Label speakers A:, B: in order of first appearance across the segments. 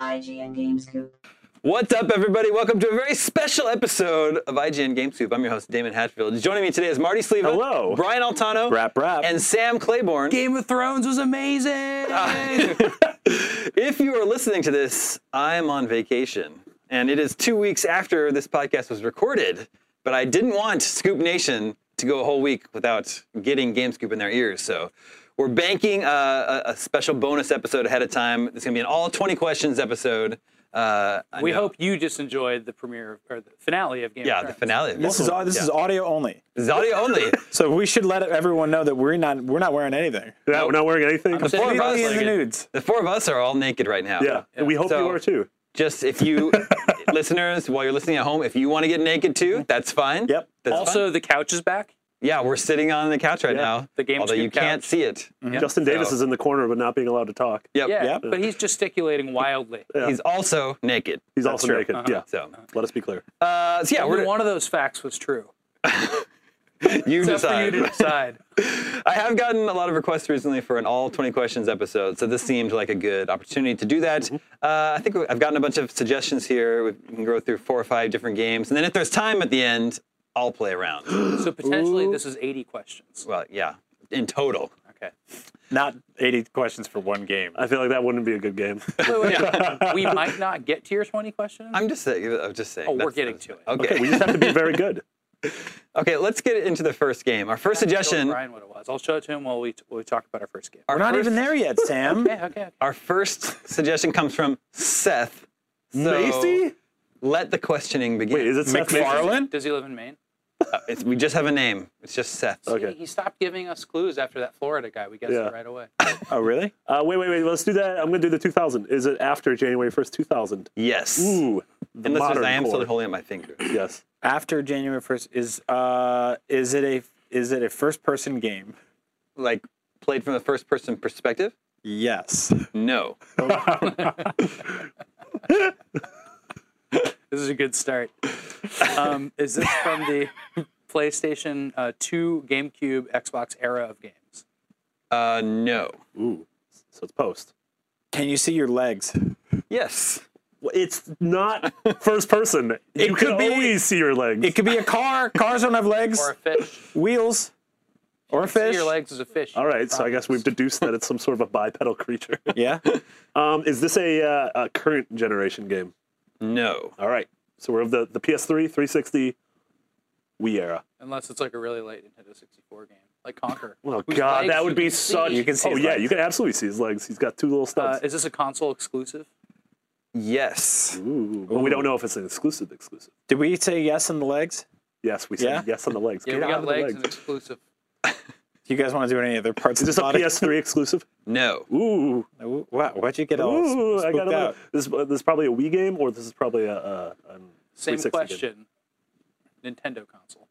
A: IGN Games Coop.
B: What's up, everybody? Welcome to a very special episode of IGN Game Soup. I'm your host, Damon Hatfield. Joining me today is Marty Sleva,
C: Hello.
B: Brian Altano,
C: Rap, rap.
B: and Sam Claiborne.
C: Game of Thrones was amazing.
B: if you are listening to this, I'm on vacation, and it is two weeks after this podcast was recorded. But I didn't want Scoop Nation to go a whole week without getting Game Scoop in their ears, so we're banking uh, a, a special bonus episode ahead of time. It's going to be an all 20 questions episode. Uh, I
D: We
B: know-
D: hope you just enjoyed the premiere or the finale of Game
B: Yeah,
D: of
B: the
D: Thrones.
B: finale.
C: this is au- this
B: Yeah.
C: is audio only,
B: This is audio only.
C: so we should let everyone know that we're not we're not wearing anything.
E: Yeah, we're not wearing anything.
B: The four of us,
C: Completely in the nudes.
B: the four of us are all naked right now.
E: yeah, and we hope
B: So-
E: you are too.
B: Just if you, listeners, while you're listening at home, if you want to get naked too, that's fine.
C: Yep.
B: That's fine.
D: Also, the couch is back.
B: yeah, we're sitting on the couch right now.
D: the Game
B: although you
D: Scoop
B: can't
D: couch.
B: see it.
E: Justin Davis
B: So-
E: is in the corner, but not being allowed to talk.
B: Yep.
D: Yeah,
C: Yep.
D: but he's gesticulating wildly.
B: He's also naked.
E: He's also
C: true.
E: naked. Yeah.
B: Uh-huh. So,
E: Let us be clear.
B: uh, so yeah,
D: Only
B: we're
D: one of those facts was true.
B: you
D: It's up for you
B: decide.
D: to decide.
B: I have gotten a lot of requests recently for an all 20 questions episode, so this seemed like a good opportunity to do that.
E: Mm-hmm.
B: Uh, I think I've gotten a bunch of suggestions here. We can go through four or five different games, and then if there's time at the end, I'll play around.
D: So potentially, this is 80 questions.
B: well, yeah, in total.
D: Okay.
C: Not 80 questions for one game.
E: I feel like that wouldn't be a good game.
D: Wait, wait, We might not get to your 20 questions.
B: I'm just saying. I'm just saying.
D: Oh, we're
B: that's-
D: getting
B: that's-
D: to it.
B: Okay.
E: we just have to be very good.
B: okay. Let's get into the first game. Our first
D: Show
B: suggestion.
D: Brian, what it was. I'll show it to him while we, while we talk about our first game.
B: Our
C: We're not
B: first,
C: even there yet, Sam.
D: Okay, okay.
B: Our first suggestion comes from Seth. So
E: Macy?
B: Let the questioning begin.
E: Wait, is it Seth Macy?
C: McFarlane?
D: Does he live in Maine?
B: It's- we just have a name. It's just Seth.
D: He, he stopped giving us clues after that Florida guy. We guessed
E: Yeah.
D: it right away.
C: Oh, really?
E: Uh, wait, wait, wait. Let's do that. I'm going to do the 2000. Is it after January 1st, 2000?
B: Yes.
E: Ooh. The
B: and listeners,
E: modern
B: I am
E: core.
B: still holding up my finger.
E: Yes.
C: After January 1st is uh is it a is it a first person game?
B: Like played from a first-person perspective.
C: Yes.
B: No.
D: This is a good start. Um, is this from the PlayStation uh, 2, GameCube, Xbox era of games?
B: Uh, no.
E: Ooh. So it's post.
C: Can you see your legs?
B: Yes.
E: Well, It's not first person. you
C: could
E: can
C: be-
E: always see your legs.
C: It could be a car. Cars don't have legs.
D: Or a fish?
C: Wheels. Or a fish.
D: Your legs is a fish.
E: All right. So I guess we've deduced that it's some sort of a bipedal creature.
C: Yeah.
E: Um, is this a, uh, a current generation game?
B: No.
E: All right. So we're of the, the PS3, 360, Wii era.
D: Unless it's like a really late Nintendo 64 game, like Conquer.
E: Oh
D: whose
E: God,
D: legs
E: that
D: you
E: would
D: can
E: be such.
D: see.
C: You can see
E: Oh
C: his
E: yeah,
C: legs.
E: you can absolutely see his legs. He's got two little
D: Uh,
E: stubs.
D: is this a console exclusive?
B: Yes.
E: Ooh, but we don't know if it's an exclusive. Exclusive.
C: Did we say yes on the legs?
E: Yes, we said
C: Yeah?
E: yes on the legs.
D: Yeah,
E: Get
D: we
E: out
D: got
E: of the
D: legs, and exclusive.
C: Do you guys want to do any other parts
E: Is
C: of
E: this
C: the
E: a
C: body?
E: PS3 exclusive?
B: No.
E: Ooh,
C: Ooh, Wow, why'd you get all
E: ooh,
C: spooked
E: I got a little,
C: out?
E: this. Uh, this is probably a Wii game, or this is probably a. Uh, an
D: Same
E: 360 game.
D: question. Nintendo console.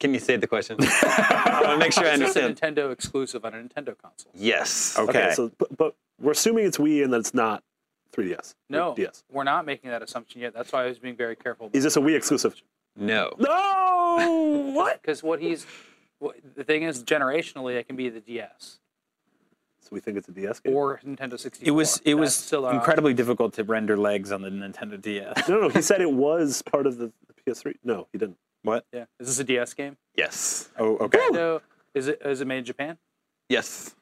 B: Can you say the question? I want to make sure I
D: Is this a
B: understand.
D: Nintendo exclusive on a Nintendo console?
B: Yes.
C: Okay.
E: Okay, so but, but we're assuming it's Wii and that it's not 3DS. or
D: No,
E: DS.
D: we're not making that assumption yet. That's why I was being very careful.
E: Is this a Wii exclusive?
B: No.
E: No. what?
D: Because what he's, what, the thing is, generationally, it can be the DS
E: So we think it's a DS game.
D: or Nintendo 64.
C: It was it
D: That's
C: was
D: still our
C: incredibly difficult to render legs on the Nintendo DS.
E: no, no, he said it was part of the, the PS3. No, he didn't.
C: what?
D: option. Yeah. Is this a DS game?
B: Yes.
C: Oh, okay.
D: No. Is it is it made in Japan?
B: Yes.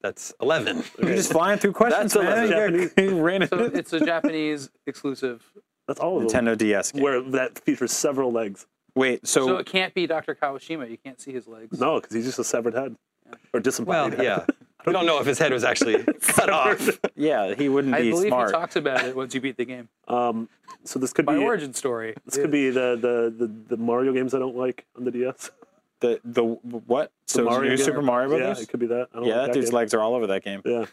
B: That's 11.
C: You're just flying through questions,
B: That's a
C: man. You got- you ran
D: So
C: into
D: it's a Japanese exclusive.
E: That's all of them.
C: Nintendo DS. Game.
E: Where that features several legs.
C: Wait, so,
D: So it can't be Dr. Kawashima. You can't see his legs.
E: No, because he's just a severed head or
B: Well,
E: disembodied. head.
B: yeah. We don't know if his head was actually cut off.
C: yeah, he wouldn't
D: I
C: be
D: believe
C: smart.
D: he talks about it once you beat the game.
E: Um, so this could
D: My
E: be
D: origin story.
E: this could be the, the the the Mario games I don't like on the DS.
C: the the what? so
E: Mario
C: new
E: game.
C: Super Mario
E: yeah,
C: Brothers?
E: it could be that. I don't
C: Yeah,
E: like
C: that dude's
E: game.
C: legs are all over that game.
E: Yeah,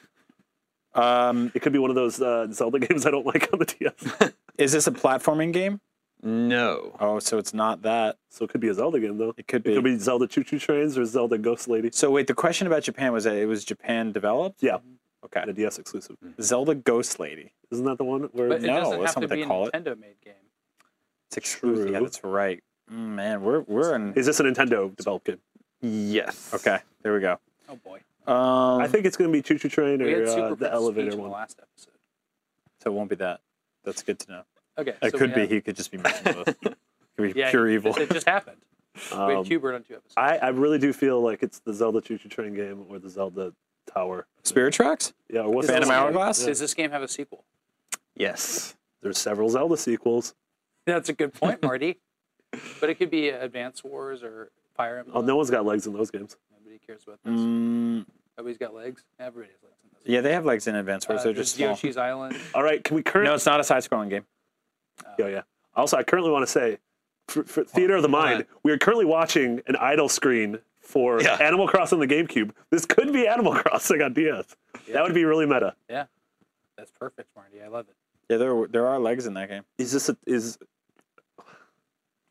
C: Um,
E: it could be one of those uh, Zelda games I don't like on the DS.
C: is this a platforming game?
B: No.
C: Oh, so it's not that.
E: so it could be a Zelda game though.
C: It could
E: It
C: be.
E: could be Zelda Choo Choo Trains or Zelda Ghost Lady.
C: So wait, the question about Japan was that it was Japan developed?
E: Yeah,
C: Okay.
E: the DS exclusive.
C: Zelda Ghost Lady.
E: Isn't that the one where?
D: But it
C: No,
D: doesn't
C: that's
D: have to
C: not what
D: be
C: they
D: a
C: call it.
D: Nintendo made game.
C: It's exclusive. Yeah,
E: True.
C: that's right. Mm, Man, we're we're in
E: Is this a Nintendo developed game?
B: Yes.
C: Okay, there we go.
D: Oh boy,
C: Um,
E: I think it's going to be Choo Choo Train
D: we
E: or
D: had
E: uh,
D: super
E: the elevator one.
D: the last episode.
C: so. It won't be that. That's good to know.
D: Okay,
C: It
D: so we
C: could be.
D: had-
C: He could just be messing with us. Could be
D: yeah,
C: pure
D: it-
C: evil.
D: It just happened. we
E: Um,
D: had Cubert on two episodes.
E: I, I really do feel like it's the Zelda Choo Choo Train game or the Zelda Tower.
C: Spirit tracks.
E: Yeah, or what's
D: Is
E: the
C: Phantom
D: this
E: one?
D: game-
C: Hourglass?
D: Does this game have a sequel?
B: Yes.
E: There's several Zelda sequels.
D: That's a good point, Marty. but it could be Advance Wars or Fire Emblem.
E: Oh, no one's got legs in those games.
D: Nobody cares about this.
C: Mm,
D: Everybody's got legs. Everybody has legs in this.
C: yeah, they have legs in Advance Wars.
D: Uh,
C: They're
D: there's
C: just small.
D: Yoshi's Island.
E: All right, can we current?
C: No, it's not a side-scrolling game.
E: yeah, yeah. Also, I currently want to say, for, for Theater of the Mind, we are currently watching an idle screen for
B: Yeah.
E: Animal Crossing on the GameCube. This could be Animal Crossing on DS. That would be really meta.
D: Yeah, that's perfect, Marty. I love it.
C: Yeah, there were- there are legs in that game.
E: Is this a, is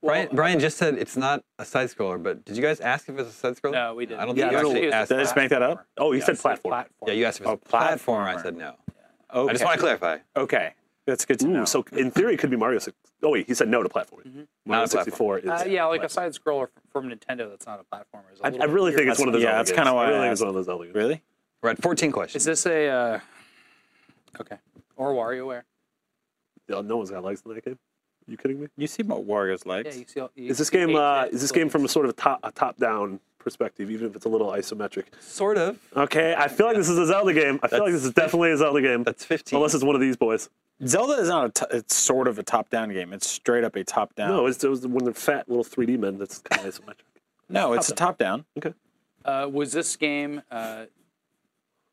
B: Brian, Brian just said it's not a side scroller, but did you guys ask if it's a side scroller?
D: No, we didn't.
B: I don't
D: Yeah,
B: think
D: I
B: you
D: don't
B: actually
D: think it was
B: asked.
D: a
C: Did I just make that up?
E: oh you
D: Yeah,
E: said
D: it's a
E: platform.
B: Yeah, you asked if it's
C: Oh,
B: a platform. I
C: platformer.
B: said no.
C: Okay.
B: I just want to clarify.
C: Okay, that's good to
E: Ooh,
C: know.
E: so in theory, it could be Mario. Six oh wait, he said no to platforming.
C: Mm-hmm.
E: Mario
B: Not a platform.
E: sixty four is.
D: Uh, yeah, like a side scroller from Nintendo that's not a platformer. It's a
E: I,
D: little
E: I really think
D: weird.
E: it's one of those.
C: Yeah,
E: Zelda
C: that's
E: games.
C: kinda why
E: I really
C: I
E: think it's one of those Zelda games.
C: really,
B: We're at 14
D: Is
B: questions.
D: this a uh, okay or WarioWare?
E: Yeah, no one's got legs in that game. you kidding me?
C: you see what Wario's
D: Yeah,
C: legs?
D: you see. All, you
E: Is this
D: see
E: game?
D: eight
E: Uh,
D: heads
E: is this game
D: with
E: from a sort of top, a top down perspective, even if it's a little isometric?
B: sort of.
E: Okay, I feel like this is a Zelda game. I feel like this is definitely a Zelda game,
B: That's 15.
E: unless it's one of these boys.
C: Zelda is not a. T- it's sort of a top-down game. It's straight up a top-down.
E: No, it's, it was one of the fat little three D men that's kind of isometric.
C: no, it's a top-down.
E: Okay,
D: Uh, was this game? Uh,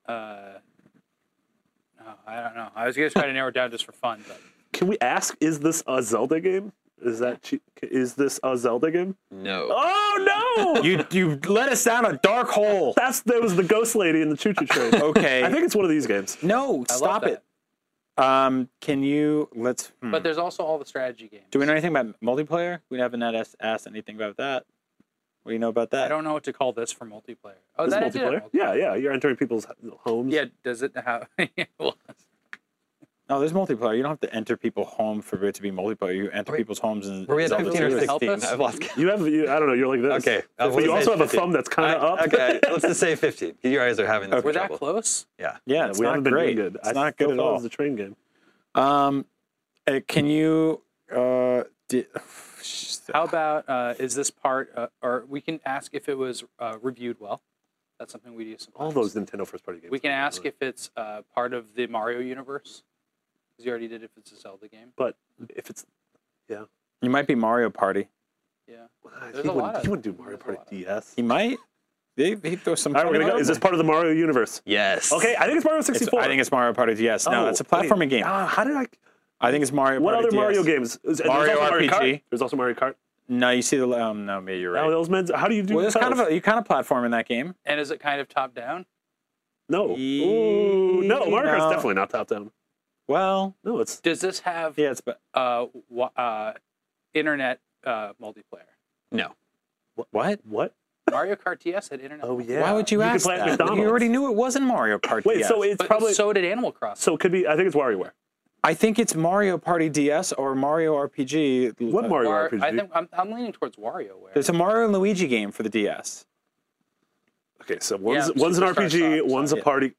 D: uh, no, I don't know. I was gonna try to narrow it down just for fun, but
E: can we ask? Is this a Zelda game? Is that che- is this a Zelda game?
B: no.
E: Oh no!
C: You you let us down a dark hole.
E: That's there was the ghost lady in the choo choo train.
C: Okay.
E: I think it's one of these games.
C: no,
D: I love
C: stop
D: that.
C: it. Um, can you let's? hmm.
D: But there's also all the strategy games.
C: Do we know anything about multiplayer? We haven't had us asked anything about that. What do you know about that?
D: I don't know what to call this for multiplayer. Oh,
E: It's
D: that I did have
E: multiplayer. Yeah, yeah. You're entering people's h- homes.
D: Yeah, does it have? well,
C: No, there's multiplayer. You don't have to enter people home for it to be multiplayer. You enter
B: Wait.
C: people's homes and
B: Were we at
C: Zelda
B: 15 or
C: Series.
D: Zelda help
B: 16?
D: us?
B: I've lost count.
E: You have you. I don't know. You're like this.
B: Okay. I
E: But
B: was
E: you
B: gonna
E: also
B: say
E: have a
B: 15.
E: thumb that's kind
B: I-
E: of up.
B: Okay, let's just say 15. You guys are having this
D: we're that
B: trouble.
D: close.
B: Yeah.
C: Yeah, it's
E: we
C: not
E: haven't been
C: great.
E: doing good.
C: It's not good
E: still
C: at
E: thought It
C: all.
E: was the train game.
C: Um, uh, can you? Uh, di-
D: How about uh, is this part, uh, or we can ask if it was uh, reviewed well. That's something we do sometimes.
E: All those Nintendo first party games.
D: We can ask if it's uh, part of the Mario universe. Because you already did if it's a Zelda game.
E: But if it's,
C: you might be Mario Party.
D: Yeah. a
E: he,
D: lot
E: wouldn't,
D: of-
E: he wouldn't do Mario
D: there's a
E: Party
D: lot of-
E: DS.
C: He might. They he throw some.
E: All right, we're
C: kind
E: gonna
C: of
E: go. Is
C: other
E: this part of the Mario universe?
B: Yes.
E: Okay, I think it's Mario
C: one. It's-
E: 64.
C: I think it's Mario Party. Yes. no,
E: Oh,
C: it's a
E: wait.
C: platforming game.
E: Ah, how did I?
C: I think it's Mario
E: What
C: Party.
E: other Mario
C: DS.
E: games? Is- and
C: Mario
E: there's also Mario
C: RPG.
E: Kart. There's also Mario Kart.
C: No, you see the. Um, no, maybe you're
E: Now
C: right.
E: those men's. How do you do?
C: Well, it's kind of
E: those?
C: a, you kind of platform in that game.
D: And is it kind of top down?
E: no.
C: Ye-
E: Ooh, no, Mario Kart's
C: E no.
E: definitely not top down.
C: Well,
E: No, it's
D: Does this have
C: yeah, it's but
D: uh, wa- uh, internet uh, multiplayer?
B: No.
C: what?
E: what?
D: Mario Kart DS had internet.
E: Oh
D: multiplayer.
E: yeah.
C: Why would you,
E: you
C: ask
E: Could play at
C: that?
E: McDonald's.
C: You already knew it wasn't Mario Party.
E: Wait,
C: DS.
E: so it's
D: But
E: probably so,
D: so did Animal Crossing.
E: it could be. I think it's WarioWare.
C: I think it's Mario Party DS or Mario RPG.
E: What Mario
D: Uh, War-
E: RPG?
D: I think I'm, I'm leaning towards WarioWare.
C: There's a Mario and Luigi game for the DS.
E: okay, so one's
D: Yeah,
E: one's an
D: Superstar
E: RPG,
D: Soccer,
E: one's a
C: yeah.
E: party.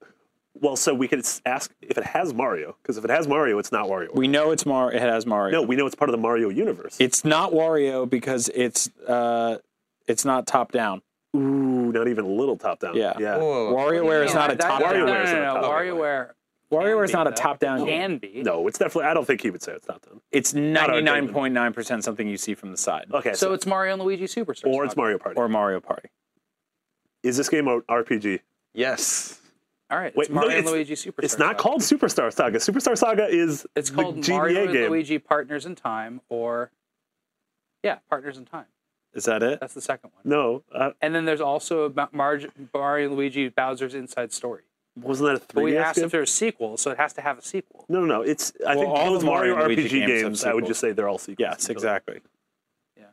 E: Well, so we could s- ask if it has Mario, because if it has Mario, it's not WarioWare.
C: We know it's Mar. It has Mario.
E: no, we know it's part of the Mario universe.
C: it's not Wario because it's uh, it's not top down.
E: Ooh, not even a little top down.
C: Yeah.
E: yeah.
B: Whoa.
C: WarioWare is
D: No,
C: not a
D: that- that-
C: top
D: No,
C: down.
D: no,
E: WarioWare is
D: no,
E: not
D: no,
E: top down.
D: WarioWare
C: WarioWare is not a
D: though.
C: top down game.
D: can be.
E: No, it's definitely. I don't think he would say it's top down.
C: It's
E: our game.
C: 99.9 percent something you see from the side
E: Okay,
D: So
E: so,
D: it's Mario and Luigi Superstar.
E: or it's
D: Soccer.
E: Mario Party.
C: or Mario Party.
E: is this game a RPG?
B: Yes.
D: All right, it's
E: Wait, no,
D: Mario and
E: it's-
D: Luigi Superstar.
E: It's not
D: Soccer.
E: called Superstar Saga. Superstar Saga is
D: It's
E: the
D: called
E: GBA
D: Mario and
E: game.
D: Luigi Partners in Time, or yeah, Partners in Time.
C: Is that it?
D: That's the second one.
E: No, uh,
D: And then there's also Ma- Marge, Mario and Luigi Bowser's Inside Story.
E: wasn't that a
D: But
E: three
D: we
E: DS
D: asked
E: game?
D: if there's a sequel, so it has to have a sequel.
E: No, no, no. It's I
C: Well,
E: think
C: all
E: those
C: the Mario
E: Mario,
C: and Luigi
E: RPG
C: games have
E: games. I would
C: sequels.
E: just say they're all sequels.
C: Yes, exactly.
D: Yeah.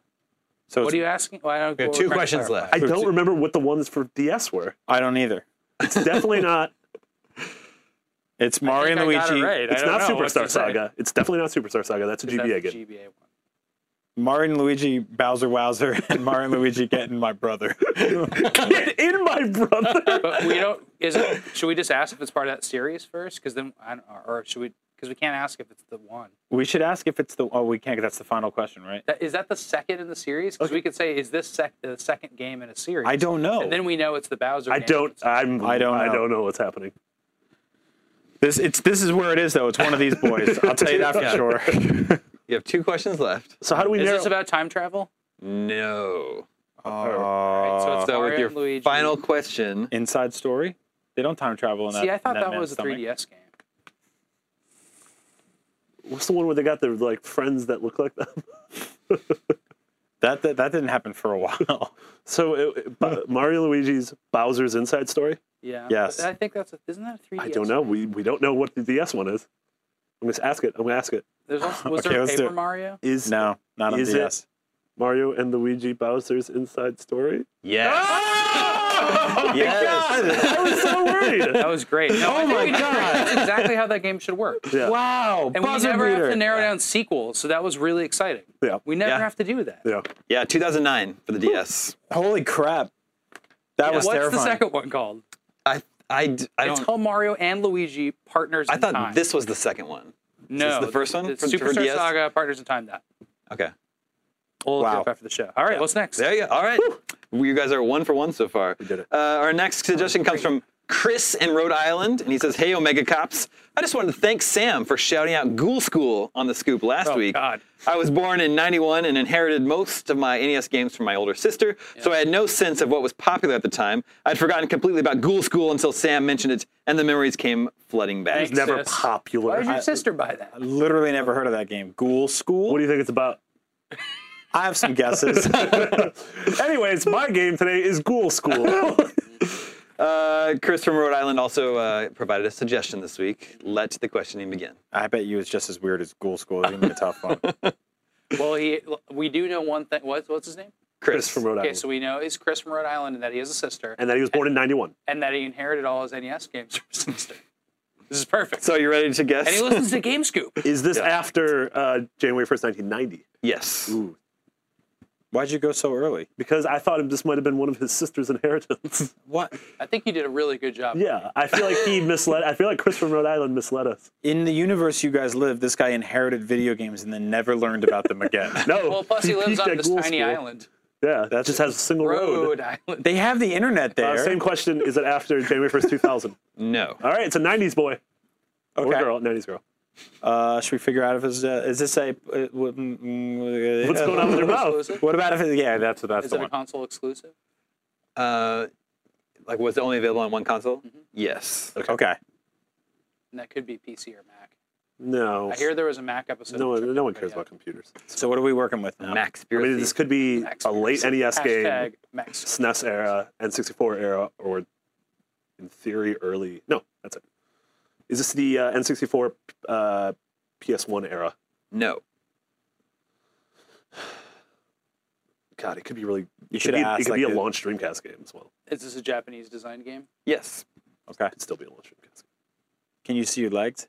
C: So
D: What
C: it's-
D: are you asking? Well, I don't,
B: We have
D: we're
B: two
D: trying to
B: questions
D: clarify.
B: left.
E: I don't remember what the ones for DS were.
C: I don't either.
E: It's definitely not.
C: It's Mario
D: I
C: and
D: think I got it
C: Luigi.
D: right. I
E: It's
D: don't
E: not
D: know what to
E: Superstar
D: say.
E: Saga. It's definitely not Superstar Saga. That's a
D: Because
E: GBA
D: that's
E: game.
D: the GBA one.
C: Martin Luigi Bowser Wowser and Martin Luigi getting my brother.
E: Get in my brother.
D: But we don't. Is it? Should we just ask if it's part of that series first? Because then, I don't, or should we? Because we can't ask if it's the one.
C: we should ask if it's the. Oh, we can't. 'cause That's the final question, right?
D: That, is that the second in the series? Because we could say, is this sec- the second game in a series?
C: I don't know.
D: And then we know it's the Bowser.
E: I
D: game.
E: don't. I'm.
C: I don't
E: I
C: know.
E: don't know what's happening.
C: This it's this is where it is though. It's one of these boys. I'll tell you that for
B: Yeah.
C: sure.
B: You have two questions left.
E: So how do we
D: Is
E: narrow?
D: this about time travel?
B: No.
D: Uh, Right, so it's
B: So
D: Mario
B: with your
D: and Luigi.
B: final question,
C: Inside story. They don't time travel in that.
D: See, I thought
C: in
D: that,
C: man's
D: was a
C: stomach.
D: 3DS game.
E: What's the one where they got their like friends that look like them?
C: That, that that didn't happen for a while.
E: So it, it- Bo- Mario Luigi's Bowser's Inside Story.
D: Yeah.
C: Yes.
D: But I think that's a, isn't that a 3DS?
E: I don't know. We we don't know what the DS one is. I'm gonna ask it. I'm gonna ask it.
D: There's also, was
C: Okay,
D: there a
C: let's do
D: Paper
C: it.
D: Mario?
E: Is
C: No, not on
E: Is it-
C: DS.
E: Mario and Luigi Bowser's Inside Story?
B: yes,
E: Oh
D: Oh
E: I was so worried.
D: That was great. No, oh my god! That's exactly how that game should work.
E: Yeah.
C: Wow,
D: And we never have to narrow down sequels, so that was really exciting.
E: Yeah.
D: We never
B: Yeah.
D: have to do that.
E: Yeah.
B: yeah, 2009 for the DS.
C: Holy crap, that was
D: What's
C: terrifying.
D: the second one called?
B: I I d- I
D: It's
B: don't.
D: called Mario and Luigi Partners
B: I
D: in
B: thought
D: Time.
B: this was the second one.
D: no,
B: is the first one
D: it's
B: for- for
D: Superstar
B: DS?
D: Saga Partners in Time. That
B: Okay,
D: we'll look it
C: Wow.
D: up after the show. All right, what's next?
B: there you go. All right, you guys are one for one so far. We
E: did it.
B: Uh, our next suggestion comes from Chris in Rhode Island, and he says, "Hey, Omega Cops, I just wanted to thank Sam for shouting out Ghoul School on the scoop last
D: Oh,
B: week.
D: God.
B: I was born in '91 and inherited most of my NES games from my older sister, so I had no sense of what was popular at the time. I'd forgotten completely about Ghoul School until Sam mentioned it, and the memories came flooding back.
D: Thanks.
E: Never
D: Sis.
E: popular.
D: Why did your
E: I-
D: sister buy that?
C: Literally never heard of that game. Ghoul School.
E: what do you think it's about?
C: I have some guesses.
E: Anyways, my game today is Ghoul School.
B: Uh, Chris from Rhode Island also uh, provided a suggestion this week. Let the questioning begin.
C: I bet you it's just as weird as Ghoul School. It's gonna be a tough one.
D: Well, he we do know one thing. What's what's his name?
E: Chris from Rhode Island.
D: Okay, so we know it's Chris from Rhode Island and that he has a sister
E: and that he was born in 91.
D: and that he inherited all his NES games from his sister. This is perfect.
B: So you ready to guess?
D: and he listens to Game Scoop.
E: Is this after uh, January 1st, 1990?
B: yes.
E: Ooh.
C: Why'd you go so early?
E: Because I thought this might have been one of his sister's inheritance.
C: What
D: I think you did a really good job.
E: yeah, I feel like he misled. I feel like Chris from Rhode Island misled us.
C: in the universe you guys live? This guy inherited video games and then never learned about them again.
E: No.
D: Well, plus he lives
E: peaked
D: on
E: at
D: this
E: Ghoul
D: tiny
E: School.
D: island,
E: Yeah, that just has a single road.
D: Rhode Island.
C: They have the internet there.
E: Uh, same question. Is it after January 1st, 2000?
B: No.
E: All right, it's a 90s boy or
C: Okay.
E: girl. 90s girl.
C: Uh, should we figure out if it's uh, is this a uh, what- mm, mm,
E: What's
C: uh,
E: going on with your mouth?
D: Exclusive?
C: What about if it, yeah, that's that's
D: Is
C: the
D: it a
C: one.
D: console exclusive?
B: Uh, like, was it only available on one console?
E: Mm-hmm.
B: Yes.
C: Okay,
D: And that could be PC or Mac.
E: No.
D: I hear there was a Mac episode.
E: no,
D: which
E: one,
D: I've
E: no one
D: never
E: cares
D: yet.
E: about computers.
C: so what are we working with now?
B: Max
E: I
B: Spiracy.
E: mean, this could be a late NES game,
D: Hashtag Max.
E: SNES E era, N64 era, or in theory, early. No, that's it. Is this the uh, N64 uh, PS1 era?
B: no.
E: God, it could be really.
C: You
E: it
C: should
E: could be,
C: ask,
E: It could be
C: like,
E: a
C: the-
E: launch Dreamcast game as well.
D: Is this a Japanese designed game?
B: Yes.
C: Okay,
E: It'd still be a launch Dreamcast game.
C: can you see your legs?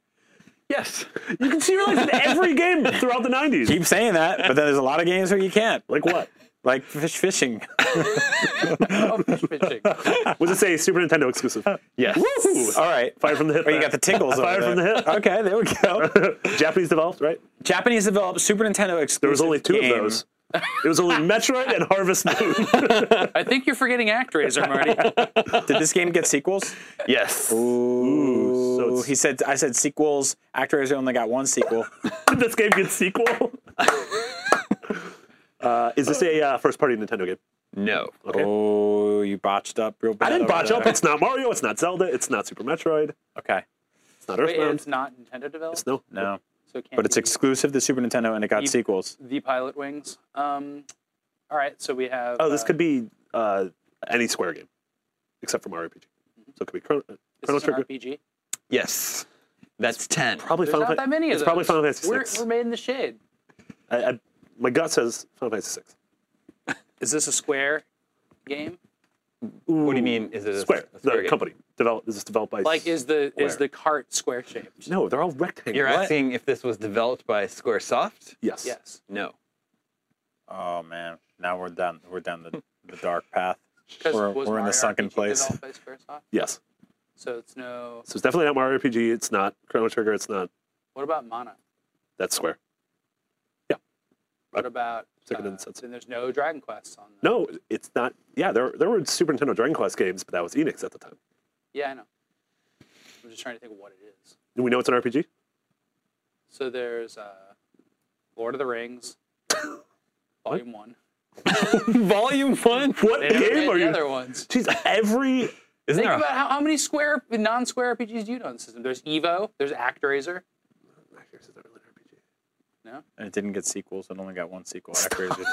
B: Yes.
E: You can see your legs in every game throughout the 90s.
C: Keep saying that, but then there's a lot of games where you can't,
E: like what?
C: like fish fishing.
D: Oh, fish fishing.
E: Was it say Super Nintendo exclusive?
B: Yes.
E: Woohoo!
C: All right,
E: Fired from the hip.
C: oh, you got the tingles.
E: Fired
C: over
E: from the
C: there.
E: hip.
C: Okay, there we go.
E: Japanese developed, right?
C: Japanese developed Super Nintendo exclusive.
E: There was only two
C: game.
E: of those. It was only Metroid and Harvest Moon.
D: I think you're forgetting ActRaiser, Marty.
C: Did this game get sequels?
B: Yes.
E: Ooh, so
C: Ooh,
E: it's-
C: he said. I said sequels. Actors only got one sequel.
E: Did this game get sequel? uh, is this a uh, first-party Nintendo game?
B: No.
C: Oh, you botched up real bad.
E: I didn't
C: over
E: botch
C: there.
E: up. It's not Mario. It's not Zelda. It's not Super Metroid.
C: Okay,
E: It's not
D: Wait,
E: Earthbound.
D: it's not Nintendo developed.
E: It's no.
C: no,
D: So it can't
C: but it's
D: be
C: exclusive to Super Nintendo, and it got
D: You-
C: sequels.
D: the Pilot Wings. Um, all right, so we have.
E: Oh, this
D: uh,
E: could be uh, any Square game, except for Mario RPG. So it could be Chrono,
D: This
E: Chrono
D: is an
E: Trigger.
D: RPG.
B: Yes. That's 10.
E: Probably
D: There's
E: Final
D: not
E: Fan-
D: that many of
E: It's probably
D: those.
E: Final Fantasy
D: We're,
E: VI.
D: we're made in the shade.
E: I, I, my gut says Final Fantasy VI.
D: Is this a Square game?
B: What do you mean? Is it a
E: Square,
B: a Square
E: the
B: game?
E: company. Develop, is this developed by?
D: Like, is the is
E: Square.
D: the cart square shaped?
E: no, they're all rectangles.
B: You're
E: What?
B: asking if this was developed by Squaresoft?
E: Yes.
D: Yes.
B: No.
C: Oh man, now we're down. We're down the, the dark path.
D: 'Cause
C: We're-
D: was
C: we're in the
D: Mario
C: sunken
D: RPG
C: place.
D: developed by Square Soft?
E: Yes.
D: So it's no.
E: So it's definitely not Mario RPG. It's not Chrono Trigger. It's not
D: What about Mana?
E: That's Square.
D: What about?
E: Second
D: uh,
E: and Setsu.
D: then there's no Dragon Quest on. The,
E: No, it's not. Yeah, there there were Super Nintendo Dragon Quest games, but that was Enix at the time.
D: Yeah, I know. I'm just trying to think of what it is.
E: Do we know it's an RPG?
D: So there's uh, Lord of the Rings, Volume One.
B: Volume one.
E: What
D: They never
E: game
D: made
E: are
D: the
E: you?
D: other ones.
E: Jeez, every
B: Isn't
D: Think
B: there?
D: about
B: A,
D: how, how many square non-square RPGs do you know in the system? There's Evo. There's ActRaiser.
E: Here's another RPG.
C: And it didn't get sequels. It only got one sequel. Hackers with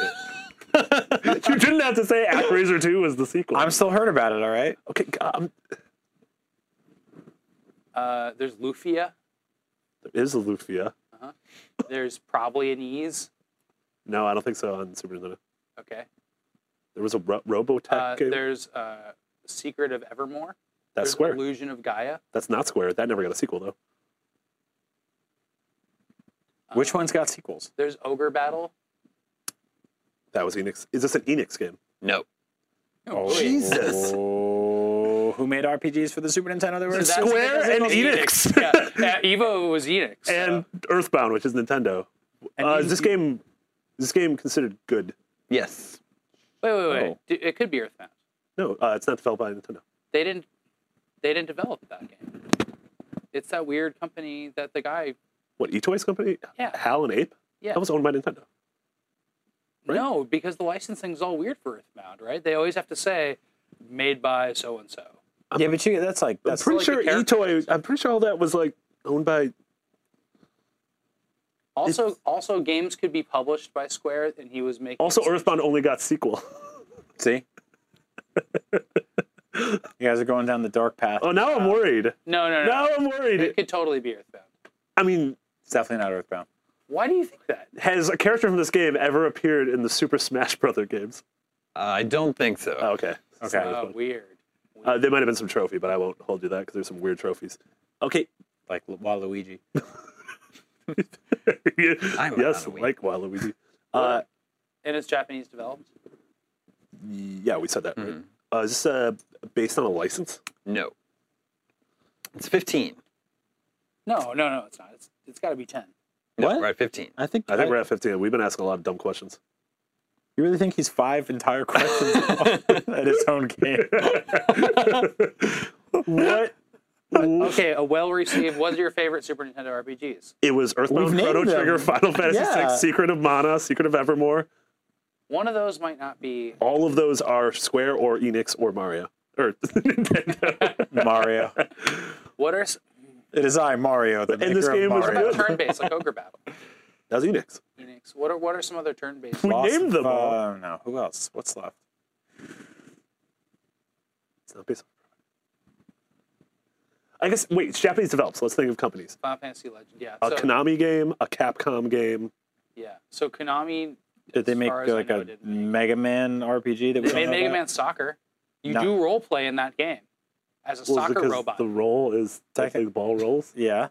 C: it.
E: you didn't have to say ActRaiser 2 was the sequel.
C: I'm still hurt about it. All right.
E: okay, um, God, I'm,
D: Uh, there's Lufia.
E: there is a Lufia.
D: There's probably an Ease.
E: No, I don't think so on Super Nintendo.
D: Okay.
E: There was a Ro- Robotech
D: Uh,
E: game.
D: there's uh, Secret of Evermore.
E: That's
D: there's
E: Square.
D: Illusion of Gaia.
E: That's not Square. That never got a sequel though.
C: Which one's got sequels?
D: There's Ogre Battle.
E: That was Enix. Is this an Enix game?
B: no.
D: Oh,
E: Jesus.
C: Oh, who made RPGs for the Super Nintendo? There were
D: So that's-
E: Square and
D: that's
E: Enix.
D: Yeah, uh, Evo was Enix.
E: and Earthbound, which is Nintendo.
D: And
E: uh,
D: E-
E: is this game is this game considered good?
B: Yes.
D: wait, wait, wait.
C: Oh.
D: D- It could be Earthbound.
E: No, uh, it's not developed by Nintendo.
D: They didn't. They didn't develop that game. It's that weird company that the guy.
E: What eToys company?
D: Yeah.
E: Hal and Ape.
D: Yeah.
E: That was owned by Nintendo. right?
D: No, because the licensing's all weird for Earthbound, right? They always have to say, made by so and so.
C: yeah, but you, that's like
E: I'm
C: that's
E: pretty
D: like the
E: sure
D: character-
E: eToy. I'm pretty sure all that was like owned by.
D: Also, also games could be published by Square, and he was making.
E: Also, Earthbound only got sequel.
C: see. you guys are going down the dark path.
E: Oh, now I'm worried.
D: No, no, no.
E: Now I'm worried.
D: It could totally be Earthbound.
E: I mean,
C: It's definitely not Earthbound.
D: Why do you think that?
E: has a character from this game ever appeared in the Super Smash Brother games?
B: I don't think so.
E: Oh, okay.
C: Okay.
D: Oh, weird.
E: Uh, there might have been some trophy, but I won't hold you that because there's some weird trophies. Okay.
C: Like Lu- Waluigi.
B: I'm
E: yes,
B: Waluigi.
E: like Waluigi. Uh,
D: And it's Japanese developed.
E: yeah, we said that. Right? Uh, is this uh, based on a license?
B: No. It's 15.
D: No, no, no, it's not. It's it's got to be ten.
B: No,
C: What?
B: We're at 15.
C: I think.
E: I think we're at 15. We've been asking a lot of dumb questions.
C: You really think he's five entire questions at his own game?
E: What? Mm.
D: Okay, a well received. What are your favorite Super Nintendo RPGs?
E: It was Earthbound,
C: We've named
E: Chrono
C: them.
E: Trigger, Final Fantasy
C: Yeah.
E: VI, Secret of Mana, Secret of Evermore.
D: One of those might not be.
E: All of those are Square or Enix or Mario. Or Nintendo.
C: Mario.
D: What are s-
C: It is I, Mario, the maker
E: this
C: of
E: game was
C: Mario.
D: about turn based like Ogre Battle?
E: That was Enix.
D: Enix. What are what are some other turn based?
E: We
C: Lost-
E: named them
C: uh,
E: all.
C: I don't know. Who else? What's left?
E: It's not based on- I guess, wait, it's Japanese developed, so let's think of companies.
D: Final Fantasy Legend. Yeah.
E: A
D: So,
E: Uh, Konami game, a Capcom game.
D: yeah. So Konami.
C: Did they
D: as
C: make
D: far as I
C: like
D: know,
C: a
D: didn't make-
C: Mega Man RPG that we
D: They made
C: don't know
D: Mega
C: about?
D: Man Soccer. You
C: No.
D: do role play in that game as a
E: Well, it's
D: soccer
E: because
D: robot.
E: The roll is technically the ball rolls.
C: Yeah,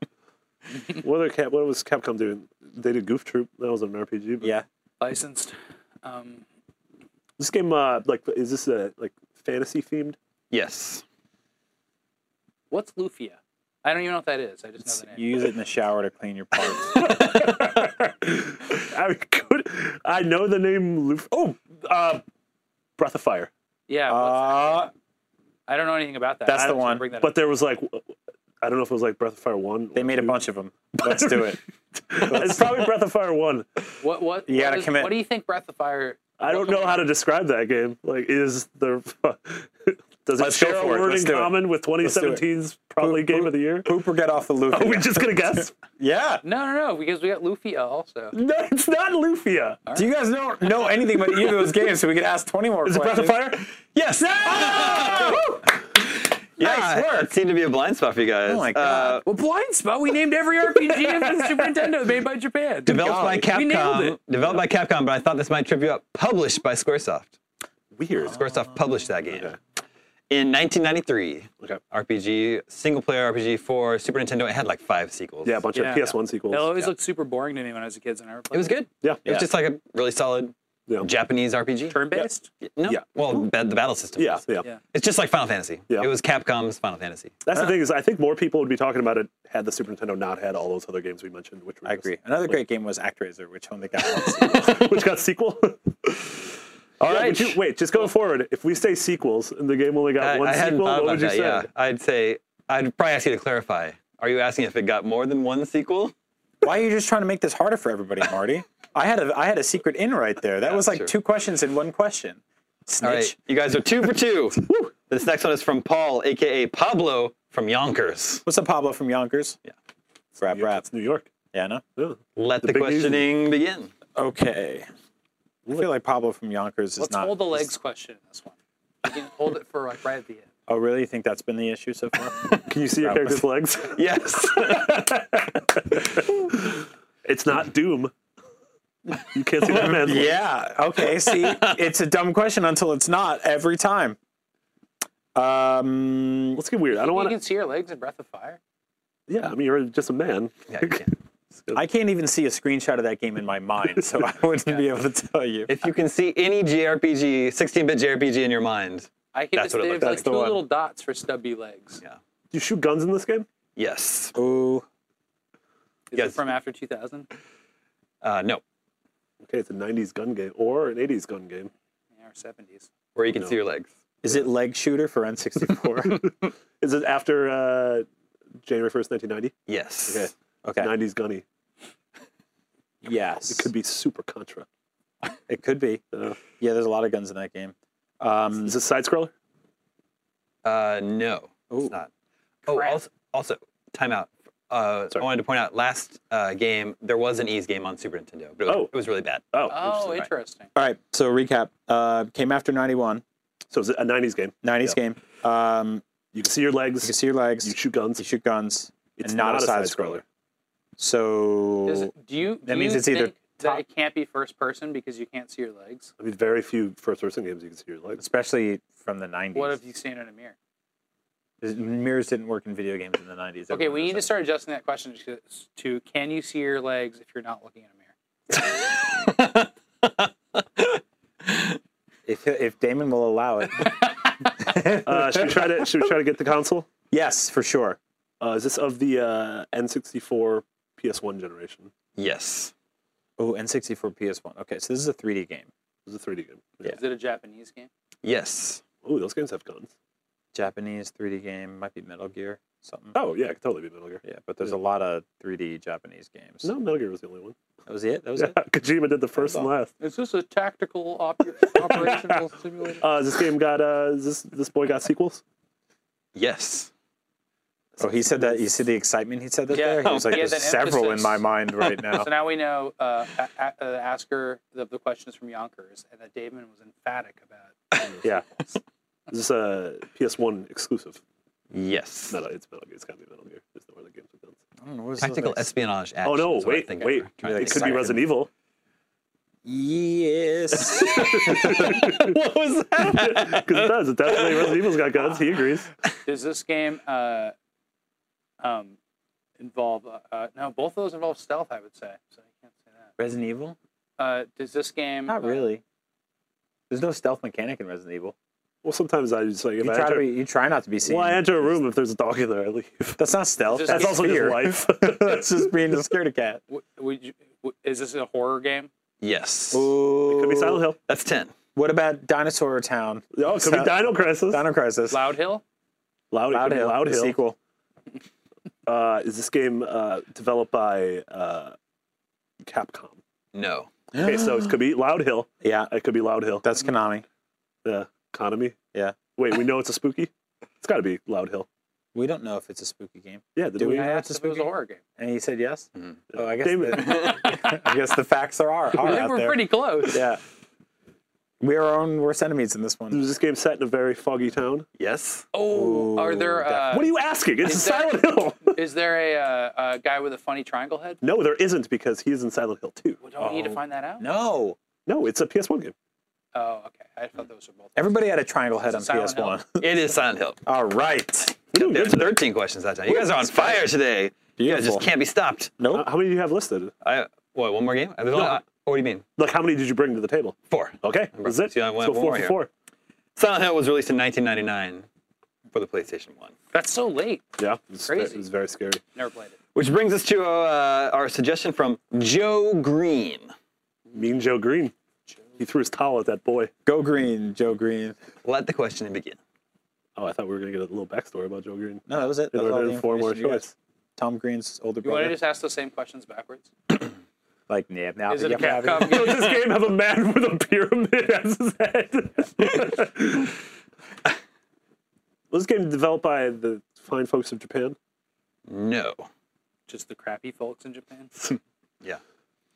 E: What other Cap? What was Capcom doing? They did Goof Troop. That was an RPG. But
C: yeah.
D: Licensed. Um,
E: This game, uh, like, is this a like fantasy themed?
B: Yes.
D: what's Lufia? I don't even know what that is. I just know the name.
C: You use it in the shower to clean your parts.
E: I mean, could I know the name Luf- Oh, uh, Breath of Fire.
D: yeah. what's that?
C: uh,
D: I don't know anything about that.
C: that's
D: I
C: the
D: was gonna
C: one,
D: Bring that up.
E: But there was like, I don't know if it was like Breath of Fire One.
C: they made a bunch of them. Let's do it.
E: it's probably Breath of Fire One.
D: What what
C: You
D: what
C: gotta
D: is-
C: commit.
D: What do you think Breath of Fire?
E: I don't know how to describe that game. Like, is the does it
C: Let's go
E: share a
C: for it.
E: word
C: Let's
E: in
C: do it.
E: common with 2017's probably
C: Who-
E: game
C: who-
E: of the year?
C: Poop or get off the loop.
E: Are we just gonna guess?
C: yeah.
D: No, no, no, because we got Lufia also.
E: no, it's not Lufia.
C: Do you guys know know anything about either of those games? So we could ask twenty more
E: Is it Breath
C: questions.
E: of Fire?
C: Yes.
B: Yeah,
C: work.
B: It seemed to be a blind spot for you guys.
C: Oh my
B: Uh,
C: God.
D: Well, Blind Spot. We named every RPG of the Super Nintendo made by Japan.
B: developed by
D: We nailed
B: Capcom.
D: it.
B: Developed by Capcom, but I thought this might trip you up. Published by Squaresoft.
E: Weird.
B: Squaresoft published that game. In 1993,
E: Okay.
B: RPG, single player RPG for Super Nintendo. It had like five sequels.
E: Yeah, a bunch
D: Yeah.
E: of PS1 sequels.
D: It always looked super boring to me when I was a kid, so I never played.
B: It was good.
E: Yeah.
B: It was just like a really solid
E: Yeah.
B: Japanese RPG.
D: Turn based?
B: No.
E: Yeah.
B: Well, ba- the battle system.
E: Yeah,
B: is.
E: yeah.
D: Yeah.
B: It's just like Final Fantasy.
E: Yeah.
B: It was Capcom's Final Fantasy.
E: That's the thing is, I think more people would be talking about it had the Super Nintendo not had all those other games we mentioned, which were
C: I
E: just-
C: agree. Another great game was ActRaiser, which only got one sequel.
E: which got sequel. All right.
B: right.
E: wait, just going forward, if we say sequels and the game only got
B: I,
E: one
B: I hadn't
E: sequel,
B: thought
E: what
B: about
E: would you
B: that. Yeah.
E: say?
B: I'd say I'd probably ask you to clarify. Are you asking if it got more than one sequel?
C: Why are you just trying to make this harder for everybody, Marty? I had a I had a secret in right there. That was like
B: sure.
C: two questions in one question.
B: All
C: Snitch.
B: right. You guys are two for two. Woo. this next one is from Paul, aka Pablo from Yonkers.
C: What's up, Pablo from Yonkers? Yeah. Rap, rap.
E: It's New York.
C: Yeah, no?
E: Yeah.
B: Let the,
E: big easy.
B: questioning begin.
C: Okay. I feel like Pablo from Yonkers is
D: Let's
C: not.
D: hold the legs question in this one. You can hold it for like right at the end.
C: Oh, really? You think that's been the issue so far?
E: Can you see your
C: That
E: character's legs?
B: Yes.
E: It's not Doom. You can't see that man's legs.
C: yeah. Okay. See, it's a dumb question until it's not every time. Um,
E: Let's get weird. I don't
D: You
E: want to.
D: can see your legs in Breath of Fire.
E: Yeah, I mean, you're just a man.
B: Yeah, you can.
C: I can't even see a screenshot of that game in my mind, so I wouldn't be able to tell you.
B: If you can see any JRPG, 16-bit JRPG in your mind,
D: I can
B: That's
D: just
B: what it
D: there's
B: looked like.
D: like two
C: That's the one.
D: little dots for stubby legs.
B: yeah.
E: Do you shoot guns in this game?
B: Yes.
C: Ooh,
D: Is
B: Yes.
D: it from after 2000?
B: Uh, no.
E: Okay, it's a 90s gun game or an 80s gun game.
D: Yeah, or 70s.
B: Where you can see your legs.
C: is it leg shooter for N64?
E: Is it after uh, January 1st, 1990?
B: Yes.
E: Okay.
C: okay.
E: 90s gunny.
C: Yes.
E: It could be super contra.
C: It could be.
E: Uh,
C: Yeah, there's a lot of guns in that game. Um,
E: is this side scroller?
B: Uh, no,
C: Ooh.
B: it's not. Oh,
D: Crap.
B: also, also timeout. Uh, I
E: Sorry.
B: wanted to point out last uh, game there was an ease game on Super Nintendo, but it was,
E: Oh.
B: it was really bad.
E: Oh,
D: Oh,
E: interesting.
D: interesting.
C: all right. So recap. Uh, came after 91,
E: So is it a 90s game?
C: 90s game. Um,
E: You can see your legs.
C: you can see your legs.
E: You
C: You,
E: shoot guns.
C: shoot guns.
E: It's
C: and not,
E: not
C: a
E: a
C: side
E: side-scroller.
C: scroller. So
D: Does, do you, do
C: That means
D: you
C: it's either
D: think that
C: top-
D: it can't be first person because you can't see your legs?
E: I mean, very few first-person games you can see your legs.
C: especially from the 90s.
D: What if you stand in a mirror?
C: mirrors didn't work in video games in the 90s?
D: Okay,
C: everyone
D: we
C: knows
D: need to
C: that.
D: start adjusting that question to, to can you see your legs if you're not looking in a mirror?
C: If, if Damon will allow it.
E: Uh, should we try to should we try to get the console?
C: yes, for sure.
E: Uh, is this of the uh, N64, PS1 generation?
B: Yes.
C: Oh, N64, PS1. Okay, so this is a 3D game.
E: It was a 3D game.
C: Yeah.
D: Is it a Japanese game?
B: Yes.
E: Oh, those games have guns.
C: Japanese 3D game. Might be Metal Gear, something.
E: Oh yeah, it could totally be Metal Gear.
C: Yeah, but there's a lot of 3D Japanese games.
E: No, Metal Gear was the only one.
C: That was it? That was
E: Yeah,
C: it?
E: Kojima did the first and last.
D: Is this a tactical op- operational simulator?
E: Uh, this game got uh, is this this boy got sequels.
B: Yes.
C: Oh, he said that. You see the excitement he said that
D: Yeah.
C: there? He was like,
D: Yeah,
C: there's
D: that
C: several
D: emphasis.
C: in my mind right now.
D: So now we know uh, a- a- uh, asker the, the questions from Yonkers and that Damon was emphatic about
E: Yeah. is this a PS1 exclusive?
B: Yes.
E: No, no, it's Metal Gear. It's got to be Metal Gear. There's no other games with guns.
C: I don't know, what was this
B: Tactical
C: like?
B: espionage. Action
E: Oh no!
B: is what I
E: Wait,
B: think
E: wait.
B: we're trying to
E: It could
B: describe.
E: be Resident Evil.
C: Yes.
B: what was that?
E: Because it does. It definitely Resident Evil's got guns. He agrees.
D: it. Does this game uh, um, involve? Uh, uh, no, both of those involve stealth. I would say. So you can't say that.
C: Resident Evil?
D: Uh, does this game?
C: Not
D: uh,
C: really. There's no stealth mechanic in Resident Evil.
E: Well, sometimes I just like if
C: You
E: I
C: try, to
E: enter,
C: be, you try not to be seen.
E: well, I enter a room if there's a dog in there, I leave.
C: That's not stealth.
D: Just-
E: That's
D: It's
E: also
C: fear.
E: just life.
C: That's just being a scaredy cat.
D: w- would you, w- is this a horror game?
B: yes.
C: Ooh.
E: Could be Silent Hill.
B: That's ten.
C: What about Dinosaur Town?
E: Oh, it could be
C: Sil-
E: Dino Crisis.
C: Dino Crisis.
D: Loud Hill.
E: Loud,
C: Loud Hill.
E: Loud
C: the
E: Hill.
C: sequel.
E: Uh, is this game uh, developed by uh, Capcom?
B: No.
E: Okay, so it could be Loud Hill.
C: Yeah,
E: It could be Loud Hill.
C: that's Konami.
E: Uh, economy.
C: Yeah.
E: Wait, we know it's a spooky. It's got to be Loud Hill.
C: We don't know if it's a spooky game.
E: Yeah. Did
C: Do
E: we?
C: we-
D: I
C: know
D: asked
C: it's a
D: if it was a
C: spooky-
D: horror game.
C: And he said yes. Oh, I guess
E: Damon.
C: the, I guess the facts are, are,
D: We
C: out
D: were
C: there.
D: pretty close.
C: Yeah. We are our own worst enemies in this one.
E: Is this game set in a very foggy town?
B: Yes.
D: Oh, are there? Uh,
E: What are you asking? It's
D: is
E: Silent
D: that-
E: Hill.
D: is there a, uh, a guy with a funny triangle head?
E: no, there isn't because he's in Silent Hill too.
D: Well, don't we need to
C: Oh.
D: find that out?
C: No.
E: No, it's a PS1 game.
D: Oh, okay. I thought those were both.
C: Everybody had a triangle head on
D: Silent
C: PS1.
B: It is Silent Hill.
C: All right.
E: We're doing
B: There's
E: good today.
B: 13 questions that time. You guys are on fire today. You guys
C: Beautiful.
B: just can't be stopped.
E: Uh, how many do you have listed?
B: I what? One more game? There's only-
E: No. Oh.
B: I- What do you mean?
E: Look, how many did you bring to the table?
B: Four.
E: Okay, that's it.
B: See, I
E: Let's
B: went
E: go
B: one
E: four
B: more
E: for
B: here.
E: four.
B: Silent Hill was released in 1999 for the PlayStation 1.
D: That's so late.
E: Yeah, it's
D: Crazy.
E: It was very scary.
D: Never played it.
B: Which brings us to uh, our suggestion from Joe Green.
E: Mean Joe Green. He threw his towel at that boy.
C: Go green, Joe Green.
B: Let the questioning begin.
E: Oh, I thought we were going to get a little backstory about Joe Green.
C: No, that was it.
E: It
C: That's
E: would
C: all
E: have
C: the
E: been four more
C: information you got.
E: choice.
C: Tom Green's older
D: You want to
C: brother.
D: just ask the same questions backwards?
C: Like, yeah, now
D: Is it a
C: yep, yep,
D: Capcom
C: yep.
E: Does
D: game?
E: this game have a man with a pyramid as his head? was this game developed by the fine folks of Japan?
B: No.
D: Just the crappy folks in Japan.
B: Yeah.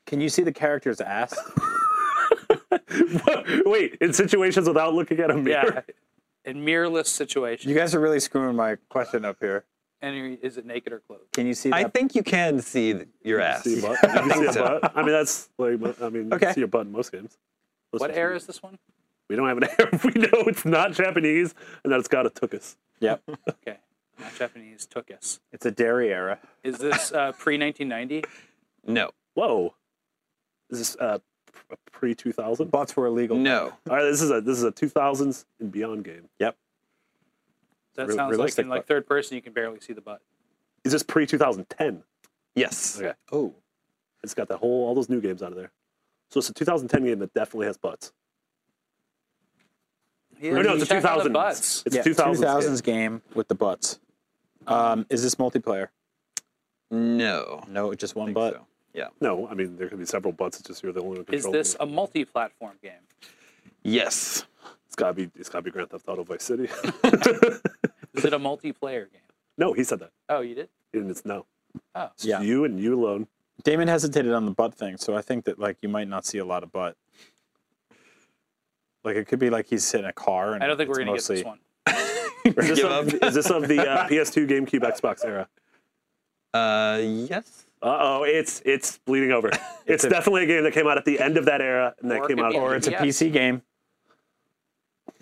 C: Can you see the character's ass?
E: Wait, in situations without looking at a mirror?
D: Yeah. In mirrorless situation.
C: You guys are really screwing my question up here.
D: and you- is it naked or clothed?
C: Can you see
B: I
C: that?
B: think you can see th- your ass.
E: See a butt? You can see a butt? I mean, that's like, mo- I mean,
C: Okay.
E: you see a butt in most games. Most
D: What
E: games.
D: era is this one?
E: We don't have an air. We know it's not Japanese and that it's got a tookus.
C: yep.
D: Okay. Not Japanese. Took us.
C: It's a dairy era.
D: Is this uh, pre 1990?
B: No.
E: Whoa. Is this uh, pre 2000?
C: Butts were illegal.
B: No.
E: All right, this is a this is a 2000s and beyond game.
D: That
C: Real-
D: sounds like
C: realistic
D: in like
C: butt.
D: third person, you can barely see the butt.
E: Is this pre 2010?
B: Yes.
E: Okay.
C: Oh.
E: It's got that whole all those new games out of there. So it's a 2010 game that definitely has butts.
D: Yeah,
E: Or no, it's a
D: check on
E: 2000.
D: the butts.
E: It's
C: yeah,
E: a 2000s.
C: 2000s
E: game.
C: game with the butts. Um, is this multiplayer?
B: No.
C: No, just
B: I
C: one
B: think
C: butt.
B: so. Yeah.
E: No, I mean there could be several butts. It's just you're the only one.
D: Is
E: controlling
D: this
E: it.
D: a multi platform game?
B: Yes.
E: It's gotta be. It's gotta be Grand Theft Auto Vice City.
D: Is it a multiplayer game?
E: no, he said that,
D: Oh, you did?
E: and it's no.
D: Oh.
E: It's
C: Yeah.
E: you and you alone.
C: Damon hesitated on the butt thing, so I think that like you might not see a lot of butt. Like it could be like he's in a car. And
D: I don't think
C: it's
D: we're going to get
C: mostly-
D: this one.
E: Is this,
B: Give
E: of, is this of the uh, PS2, GameCube, Xbox era?
B: Uh, yes.
E: Uh oh, it's it's bleeding over. It's,
C: a-
E: definitely a game that came out at the end of that era and
D: Or
E: that
D: it
E: came
D: could
E: out.
D: be
C: Or it's a
D: Yeah.
C: PC game,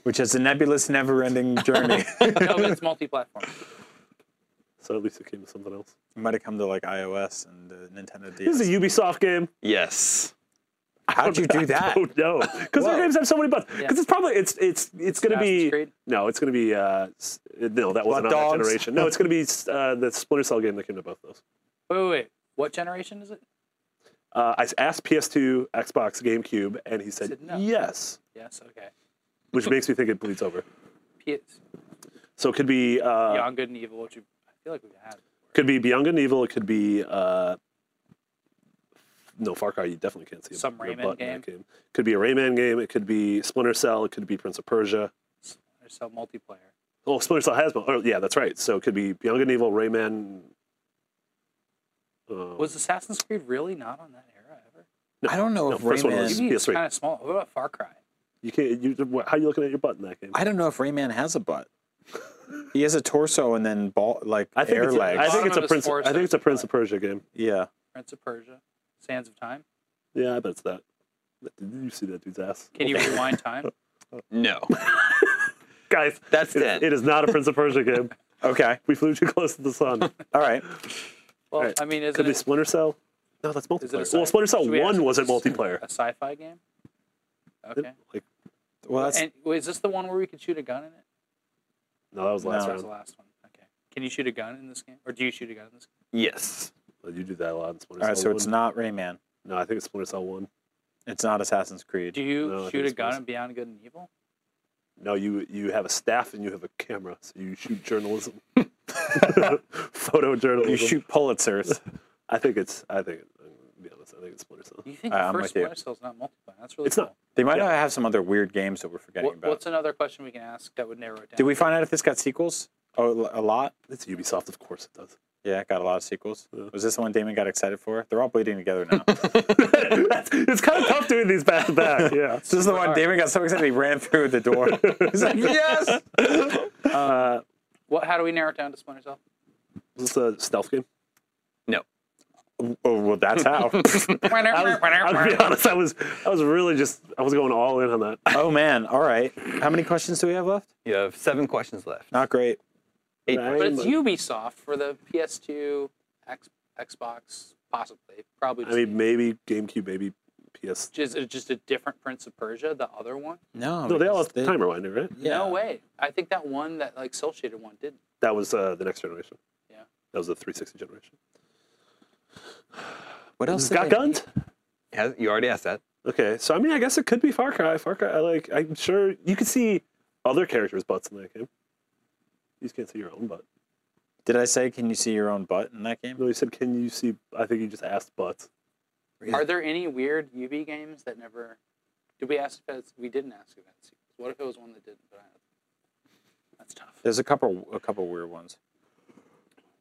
C: which is a nebulous, never-ending journey.
D: No, but it's multi platform.
E: So at least it came to something else.
C: It might have come to like iOS and the Nintendo
E: This
C: DS.
E: is a Ubisoft game.
B: Yes.
C: How'd you do that?
E: Oh no, because their
C: Whoa.
E: games have so many bugs. Because it's probably it's it's it's gonna
D: Assassin's
E: be
D: Creed?
E: no, it's gonna be uh s- no, that wasn't
C: Blood
E: on that
C: Dogs?
E: generation. No, it's gonna be uh, the Splinter Cell game that came to both those.
D: Wait, wait, wait. What generation is it?
E: Uh, I asked PS2, Xbox, GameCube, and he said,
D: Said no.
E: yes,
D: Yes, okay.
E: which makes me think it bleeds over.
D: PS,
E: So it could be uh,
D: Beyond Good and Evil, which you, I feel like we've had.
E: could be Beyond Good and Evil. It could be uh, no Far Cry. You definitely can't see a-
D: Some
E: your
D: Rayman
E: butt in that game. Could be a Rayman game. It could be Splinter Cell. It could be Prince of Persia.
D: There's some multiplayer.
E: Oh, Splinter Cell has. Oh, yeah, that's right. So it could be Beyond Good and Evil, Rayman. Uh,
D: Was Assassin's Creed really not on that era ever?
C: I don't know
E: No,
C: if
E: first one
C: Rayman.
E: was-
D: Maybe it's
E: PS3.
D: kind of small. What about Far Cry?
E: you can't. You, what- how you looking at your butt in that game?
C: I don't know if Rayman has a butt. He has a torso and then ball like air
E: it's, a-
C: legs.
E: I think
D: Bottom
E: it's
D: of
E: a
D: his
E: Prince.
D: torso
E: I think it's
D: is
E: a
D: his
E: Prince
D: butt.
E: of Persia game.
C: yeah.
D: Prince of Persia, Sands of Time.
E: Yeah, I bet it's that. Did you see that dude's ass?
D: Can you rewind time?
B: No.
E: guys?
B: That's
E: it is-
B: ten.
E: it is not a Prince of Persia game.
C: Okay.
E: We flew too close to the sun.
C: All right.
D: Well,
E: Alright.
D: I mean, isn't
E: Could be
D: it
E: Splinter Cell. No,
D: Is
E: that's
D: it a
E: multiplayer.
D: sci-
E: Well, Splinter Cell
D: should we ask
E: One
D: if
E: was at
D: it's
E: multiplayer.
D: a sci-fi game? Okay.
E: Like,
C: Well, that's
D: And wait, is this the one where we could shoot a gun in it?
E: no, that was last
C: No.
D: That was the
E: round.
D: last one. Okay. Can you shoot a gun in this game, or do you shoot a gun in this? game?
B: Yes.
E: You do that a lot in Splinter
C: all right.
E: Cell.
C: So it's
E: one.
C: not Rayman.
E: No, I think it's Splinter Cell One.
C: It's not Assassin's Creed.
D: Do you
E: No, I think
D: shoot a
E: it's
D: gun
E: supposed-
D: in Beyond Good and Evil?
E: No, you you have a staff and you have a camera, so you shoot journalism, photojournalism.
C: You shoot Pulitzers.
E: I think it's. I think. I'm gonna be honest. I think it's Splinter Cell.
D: You think
C: Uh,
D: the
C: I'm
D: first
C: with you.
D: Splinter Cell's not multiplayer? That's really
E: It's
D: cool.
E: not.
C: They might have some other weird games that we're forgetting
D: What,
C: about.
D: what's another question we can ask that would narrow it down?
C: Did we find out if this got sequels? Oh, a lot.
E: It's Ubisoft, of course it does.
C: Yeah, it got a lot of sequels.
E: Yeah.
C: Was this the one Damon got excited for? They're all bleeding together now.
E: That's, it's kind of tough doing these back to back. Yeah.
C: this is the one Damon got so excited he ran through the door. He's like, yes.
E: Uh,
D: What, how do we narrow it down to Splinter Cell?
E: was this a stealth game?
B: No.
C: Oh well, that's how.
E: I was, I'll be honest. I was. I was really just. I was going all in on that.
C: oh man. All right. How many questions do we have left?
B: You have seven questions left.
C: Not great.
B: Eight.
E: Right.
D: But it's Ubisoft for the PS2, X, Xbox, possibly, probably.
E: I
D: Just
E: mean, maybe GameCube, maybe PS.
D: Just, it's just a different Prince of Persia, the other one.
C: No,
E: No, Oh, they all
C: because
E: have timer winding, right?
C: Yeah.
D: No way. I think that one, that like cel shaded one, did.
E: That was uh, the next generation.
D: Yeah.
E: That was the 360 generation.
C: What else? did
E: Scott
C: they-
E: Gunned?
B: Has, you already asked that.
E: Okay, so I mean, I guess it could be Far Cry. Far Cry, I like, I'm sure you could see other characters' butts in that game. You just can't see your own butt.
C: Did I say? Can you see your own butt in that game?
E: No, you said, can you see? I think you just asked butts.
D: Are there any weird UB games that never? Did we ask if it's, we didn't ask if that's What if it was one that didn't? But I, that's tough.
C: There's a couple, a couple weird ones.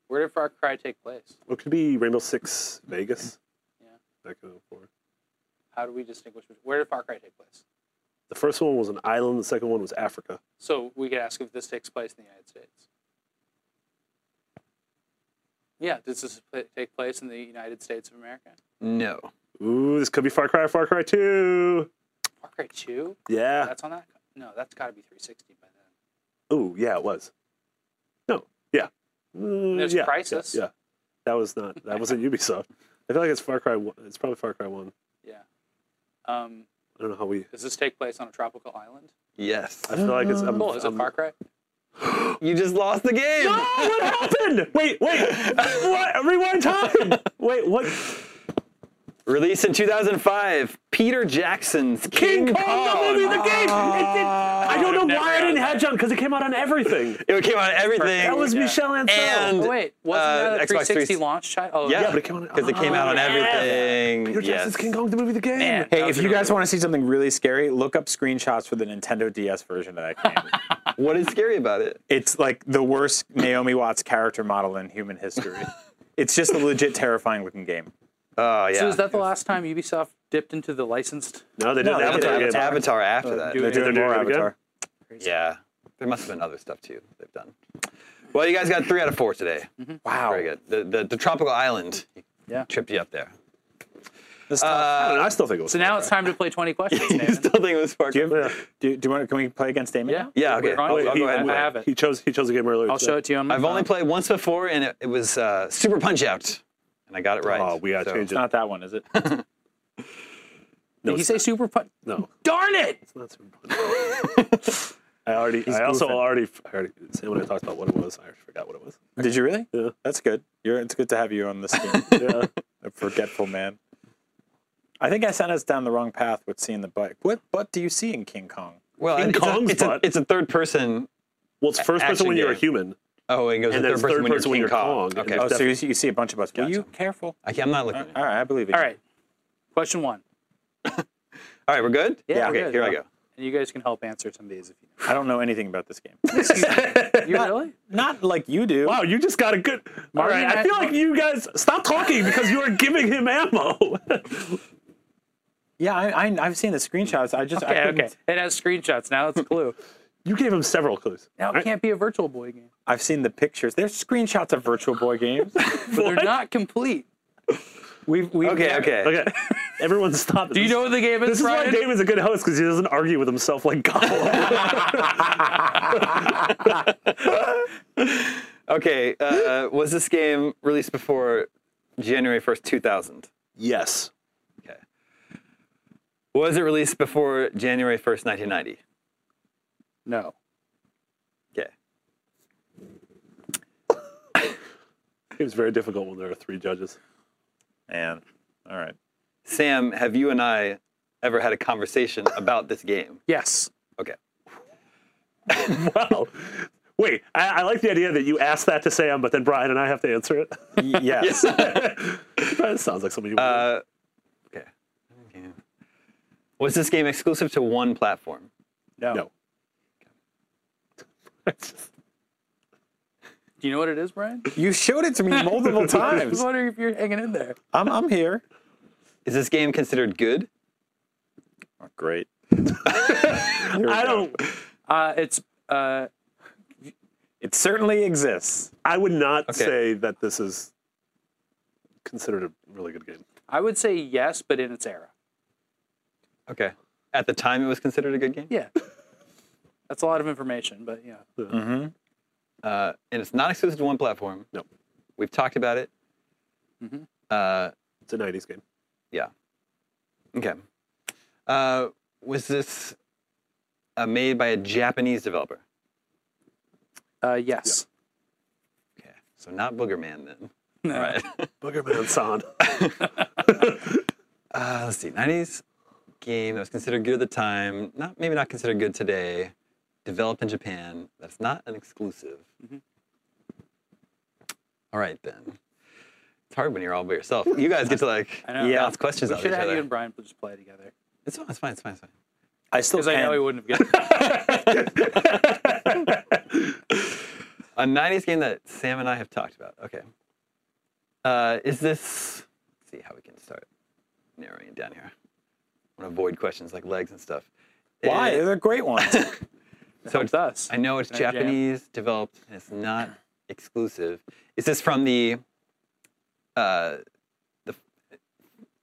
D: Where did Far Cry take place?
E: What could be Rainbow Six Vegas?
D: Yeah.
E: That could have been
D: How do we distinguish? between- Where did Far Cry take place?
E: The first one was an island, the second one was Africa.
D: So we could ask if this takes place in the United States. Yeah, does this pla- take place in the United States of America?
B: No.
E: Ooh, this could be Far Cry, Far Cry 2.
D: Far Cry Two?
B: Ah.
E: Yeah.
D: That's on that? No, that's got to be 360 by then.
E: Ooh, yeah, it was. No, yeah. Mm,
D: There's
E: yeah,
D: Crysis.
E: Yeah, yeah. That was not, that wasn't Ubisoft. I feel like it's Far Cry 1. It's probably Far Cry 1.
D: Um,
E: I don't know how we.
D: does this take place on a tropical island?
B: Yes.
E: I feel like it's.
B: Um,
E: I'm,
D: Cool. Is it
E: I'm-
D: Far Cry?
B: You just lost the game.
E: Oh, what happened? Wait, wait. What? Rewind time. Wait, what?
B: Released in 2005, Peter Jackson's King,
E: King Kong, the movie, the game. It did- I
B: Oh,
E: don't know why I didn't hedge on because it came out on everything.
B: It came out on everything.
E: That was
D: Yeah.
E: Michelle Ancel.
B: And
D: Oh, wait, wasn't
B: uh,
D: that a
B: Xbox 360
D: 360 launch title? Oh,
B: yeah,
E: but it came out on-
B: because it came out on
E: Yeah.
B: everything.
E: Peter Jackson's
B: yes.
E: King Kong, the movie, the game.
D: Man.
C: Hey, if you guys want to see something really scary, look up screenshots for the Nintendo DS version of that game.
B: What is scary about it?
C: it's like the worst Naomi Watts character model in human history. it's just a legit terrifying looking game.
B: Oh yeah.
D: So is that the last time Ubisoft dipped into the licensed?
E: No, they did
C: No,
E: the
C: they did
E: Avatar
B: Avatar,
E: game.
B: Avatar after that?
D: do
C: They're
D: it.
E: They're
C: doing more
E: doing it again?
C: Avatar.
B: Yeah. There must have been other stuff too they've done. Well, you guys got three out of four today.
C: Wow.
B: Very good. The, the, the tropical island
D: Mm-hmm. Yeah.
B: tripped you up there.
C: This time-
E: I,
B: Uh,
E: don't know, I still think it was.
D: So now it's time to play 20 questions,
B: you
D: David.
B: still think it was Far
C: do you
B: Cry?
C: have, do, do you want? Can we play against Damon?
D: Yeah.
C: now?
B: Yeah, okay.
D: We're on
B: I'll,
D: it.
B: I'll go
D: He-
B: ahead and
D: I
B: play.
D: have it.
E: He chose. He chose a game earlier.
D: I'll show it to you on my
B: I've only
D: phone.
B: played once before, and it, it was uh, Super Punch Out, and I got it right.
E: Oh, we gotta change
C: It's not that one, is it?
D: Did he say super pun?
E: No,
D: Darn it!
E: it's not Super Punch. I already. I also
C: goofing.
E: already. I already. Sam when I talked about what it was, I already forgot what it was.
C: Did you really?
E: Yeah.
C: That's good. You're, it's good to have you on this team.
E: Yeah.
C: a forgetful man. I think I sent us down the wrong path with seeing the butt. What butt do you see in King Kong?
B: Well,
E: King
B: it's,
E: Kong's
B: a, it's, a,
E: butt.
B: it's a third person.
E: Well, it's first person
B: action
E: when you're a
B: game.
E: human.
B: Oh, it goes to
E: And then it's
B: third person,
E: third person
B: when you're King Kong.
E: and
B: Okay,
C: Oh,
E: it's-
C: so you see, you see a bunch of butts. Were you
B: Gotcha.
C: careful?
B: I can't- I'm not looking.
C: All
B: at it.
C: right, I believe it.
D: All right. Question one.
B: All right, we're good.
D: Yeah, we're
B: okay,
D: good.
B: here I go.
D: And you guys can help answer some of these if you
C: I don't know anything about this game.
D: know. You really?
C: Not like you do.
E: Wow, you just got a good. All
D: Marty
E: right, I
D: had-
E: feel like you guys stop talking because you are giving him ammo.
C: Yeah, I, I, I've seen the screenshots. I just I
D: Okay,
C: couldn't-
D: okay. It has screenshots. Now it's a clue.
E: you gave him several clues.
D: Now it can't be a Virtual Boy game.
C: I've seen the pictures. There's screenshots of Virtual Boy games.
D: But they're not complete.
C: We've, we've
B: Okay, okay.
E: Okay, everyone stop.
D: Do you know what the game is,
E: This is why
D: Brian?
E: Damon's a good host because he doesn't argue with himself like Gollum.
B: Okay, uh, was this game released before January first, two thousand?
E: yes.
B: Okay. Was it released before January first, nineteen ninety?
D: No.
B: Okay.
E: It was very difficult when there are three judges.
C: Man, all right.
B: Sam, have you and I ever had a conversation about this game?
D: Yes.
B: Okay.
E: Wow. Wait, I, I like the idea that you asked that to Sam, but then Brian and I have to answer it.
C: Y- yes.
E: that sounds like something you would do.
B: Uh, okay. Was this game exclusive to one platform?
D: No.
E: No.
D: Do you know what it is, Brian?
C: you showed it to me multiple
D: I was
C: times.
D: wondering if you're hanging in there.
C: I'm, I'm here.
B: Is this game considered good?
C: Oh, great.
E: I don't.
D: Uh, it's uh,
C: It certainly exists.
E: I would not
B: Okay.
E: say that this is considered a really good game.
D: I would say yes, but in its era.
B: Okay. At the time, it was considered a good game,
D: Yeah. That's a lot of information, but yeah.
B: uh, and it's not exclusive to one platform.
E: No.
B: We've talked about it. Uh,
E: It's a '90s game.
B: yeah. Okay. Uh, was this uh, made by a Japanese developer?
D: Uh, yes.
B: Okay, so not Booger Man then.
D: No.
B: All right.
E: Boogerman sound.
B: Uh, let's see, 90s game that was considered good at the time, not maybe not considered good today, developed in Japan. That's not an exclusive.
D: Mm-hmm.
B: All right, then. It's hard when you're all by yourself. You guys get to like
D: I know.
B: yeah.
D: Yeah.
B: bounce questions
D: We
B: out each
D: should have you
B: other.
D: and Brian just play together.
B: It's fine, it's fine, it's fine, it's fine.
F: I still
D: Because I know he
F: can.
D: wouldn't have gotten it.
B: A 90s game that Sam and I have talked about. Okay. Uh, is this, let's see how we can start narrowing it down here. I want to avoid questions like legs and stuff.
C: Why?
B: It-
C: They're great ones.
B: so
D: Helps us.
B: I know it's
D: Can I jam?
B: Japanese developed and it's not exclusive. Is this from the uh, the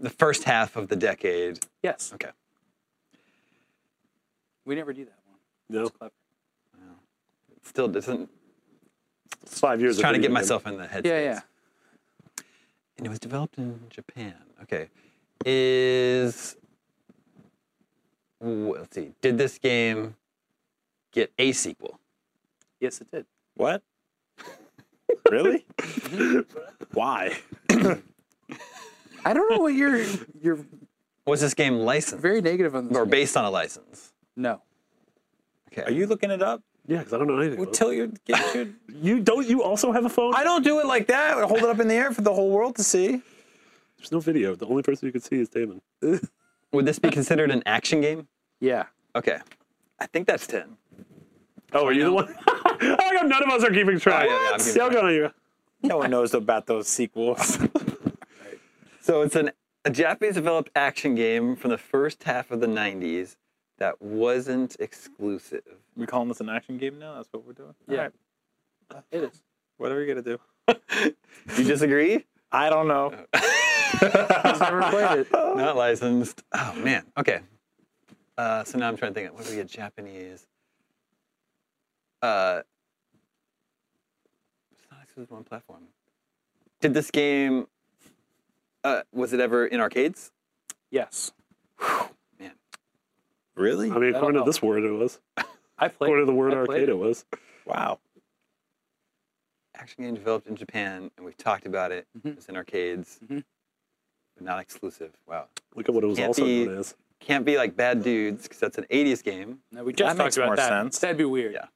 B: the first half of the decade?
D: Yes.
B: Okay.
D: We never do that one.
E: no,
D: It's clever.
B: It Still doesn't.
E: it's five years.
B: Just
E: of
B: trying to
E: video
B: get
E: game.
B: myself in the headspace.
D: Yeah, yeah.
B: And it was developed in Japan. Okay. Is Ooh, let's see. Did this game get a sequel?
D: Yes, it did.
C: what?
E: Really? Why?
D: I don't know what you're. You're
B: Was this game licensed
D: very negative on this.
B: or
D: one.
B: based on a license?
D: No.
B: Okay.
C: Are you looking it up?
E: Yeah, because I don't know anything.
C: Well,
E: about
C: tell your, get your.
E: it. you don't. You also have a phone.
C: I don't do it like that. I hold it up in the air for the whole world to see.
E: There's no video. The only person you can see is Damon.
B: Would this be considered an action game?
D: Yeah.
B: Okay. I think that's 10.
E: Oh, are you the one? How come none of us are keeping track?
B: Oh, yeah, yeah, I'm keeping
E: See, I'll go on you.
C: No one knows about those sequels.
B: So it's an, a Japanese developed action game from the first half of the 90s that wasn't exclusive.
C: we calling this an action game now? That's what we're doing.
D: Yeah.
C: Alright,
D: It is.
C: Whatever you gotta do.
B: You disagree?
C: I don't know.
D: Uh, He's never played it.
B: Not licensed. Oh, man. Okay. Uh, so now I'm trying to think of what would be a Japanese. Uh, it's not exclusive on platform. Did this game. Uh, was it ever in arcades?
D: Yes.
C: Really?
E: I mean,
D: That'll
E: according to
D: help.
E: this word, it was.
D: I played.
E: According to the word
D: I played
E: arcade, it was.
C: Wow.
B: action game developed in Japan, and we've talked about it.
D: Mhm.
B: It's in arcades,
D: Mhm.
B: but not exclusive. Wow.
E: Look at what it was
B: Can't
E: also
B: be-
E: known as.
B: Can't be like Bad Dudes, because that's an 80s game.
D: No, we just
C: That
D: talked
C: makes
D: about
C: more
D: that.
C: sense.
D: That'd be weird.
B: Yeah.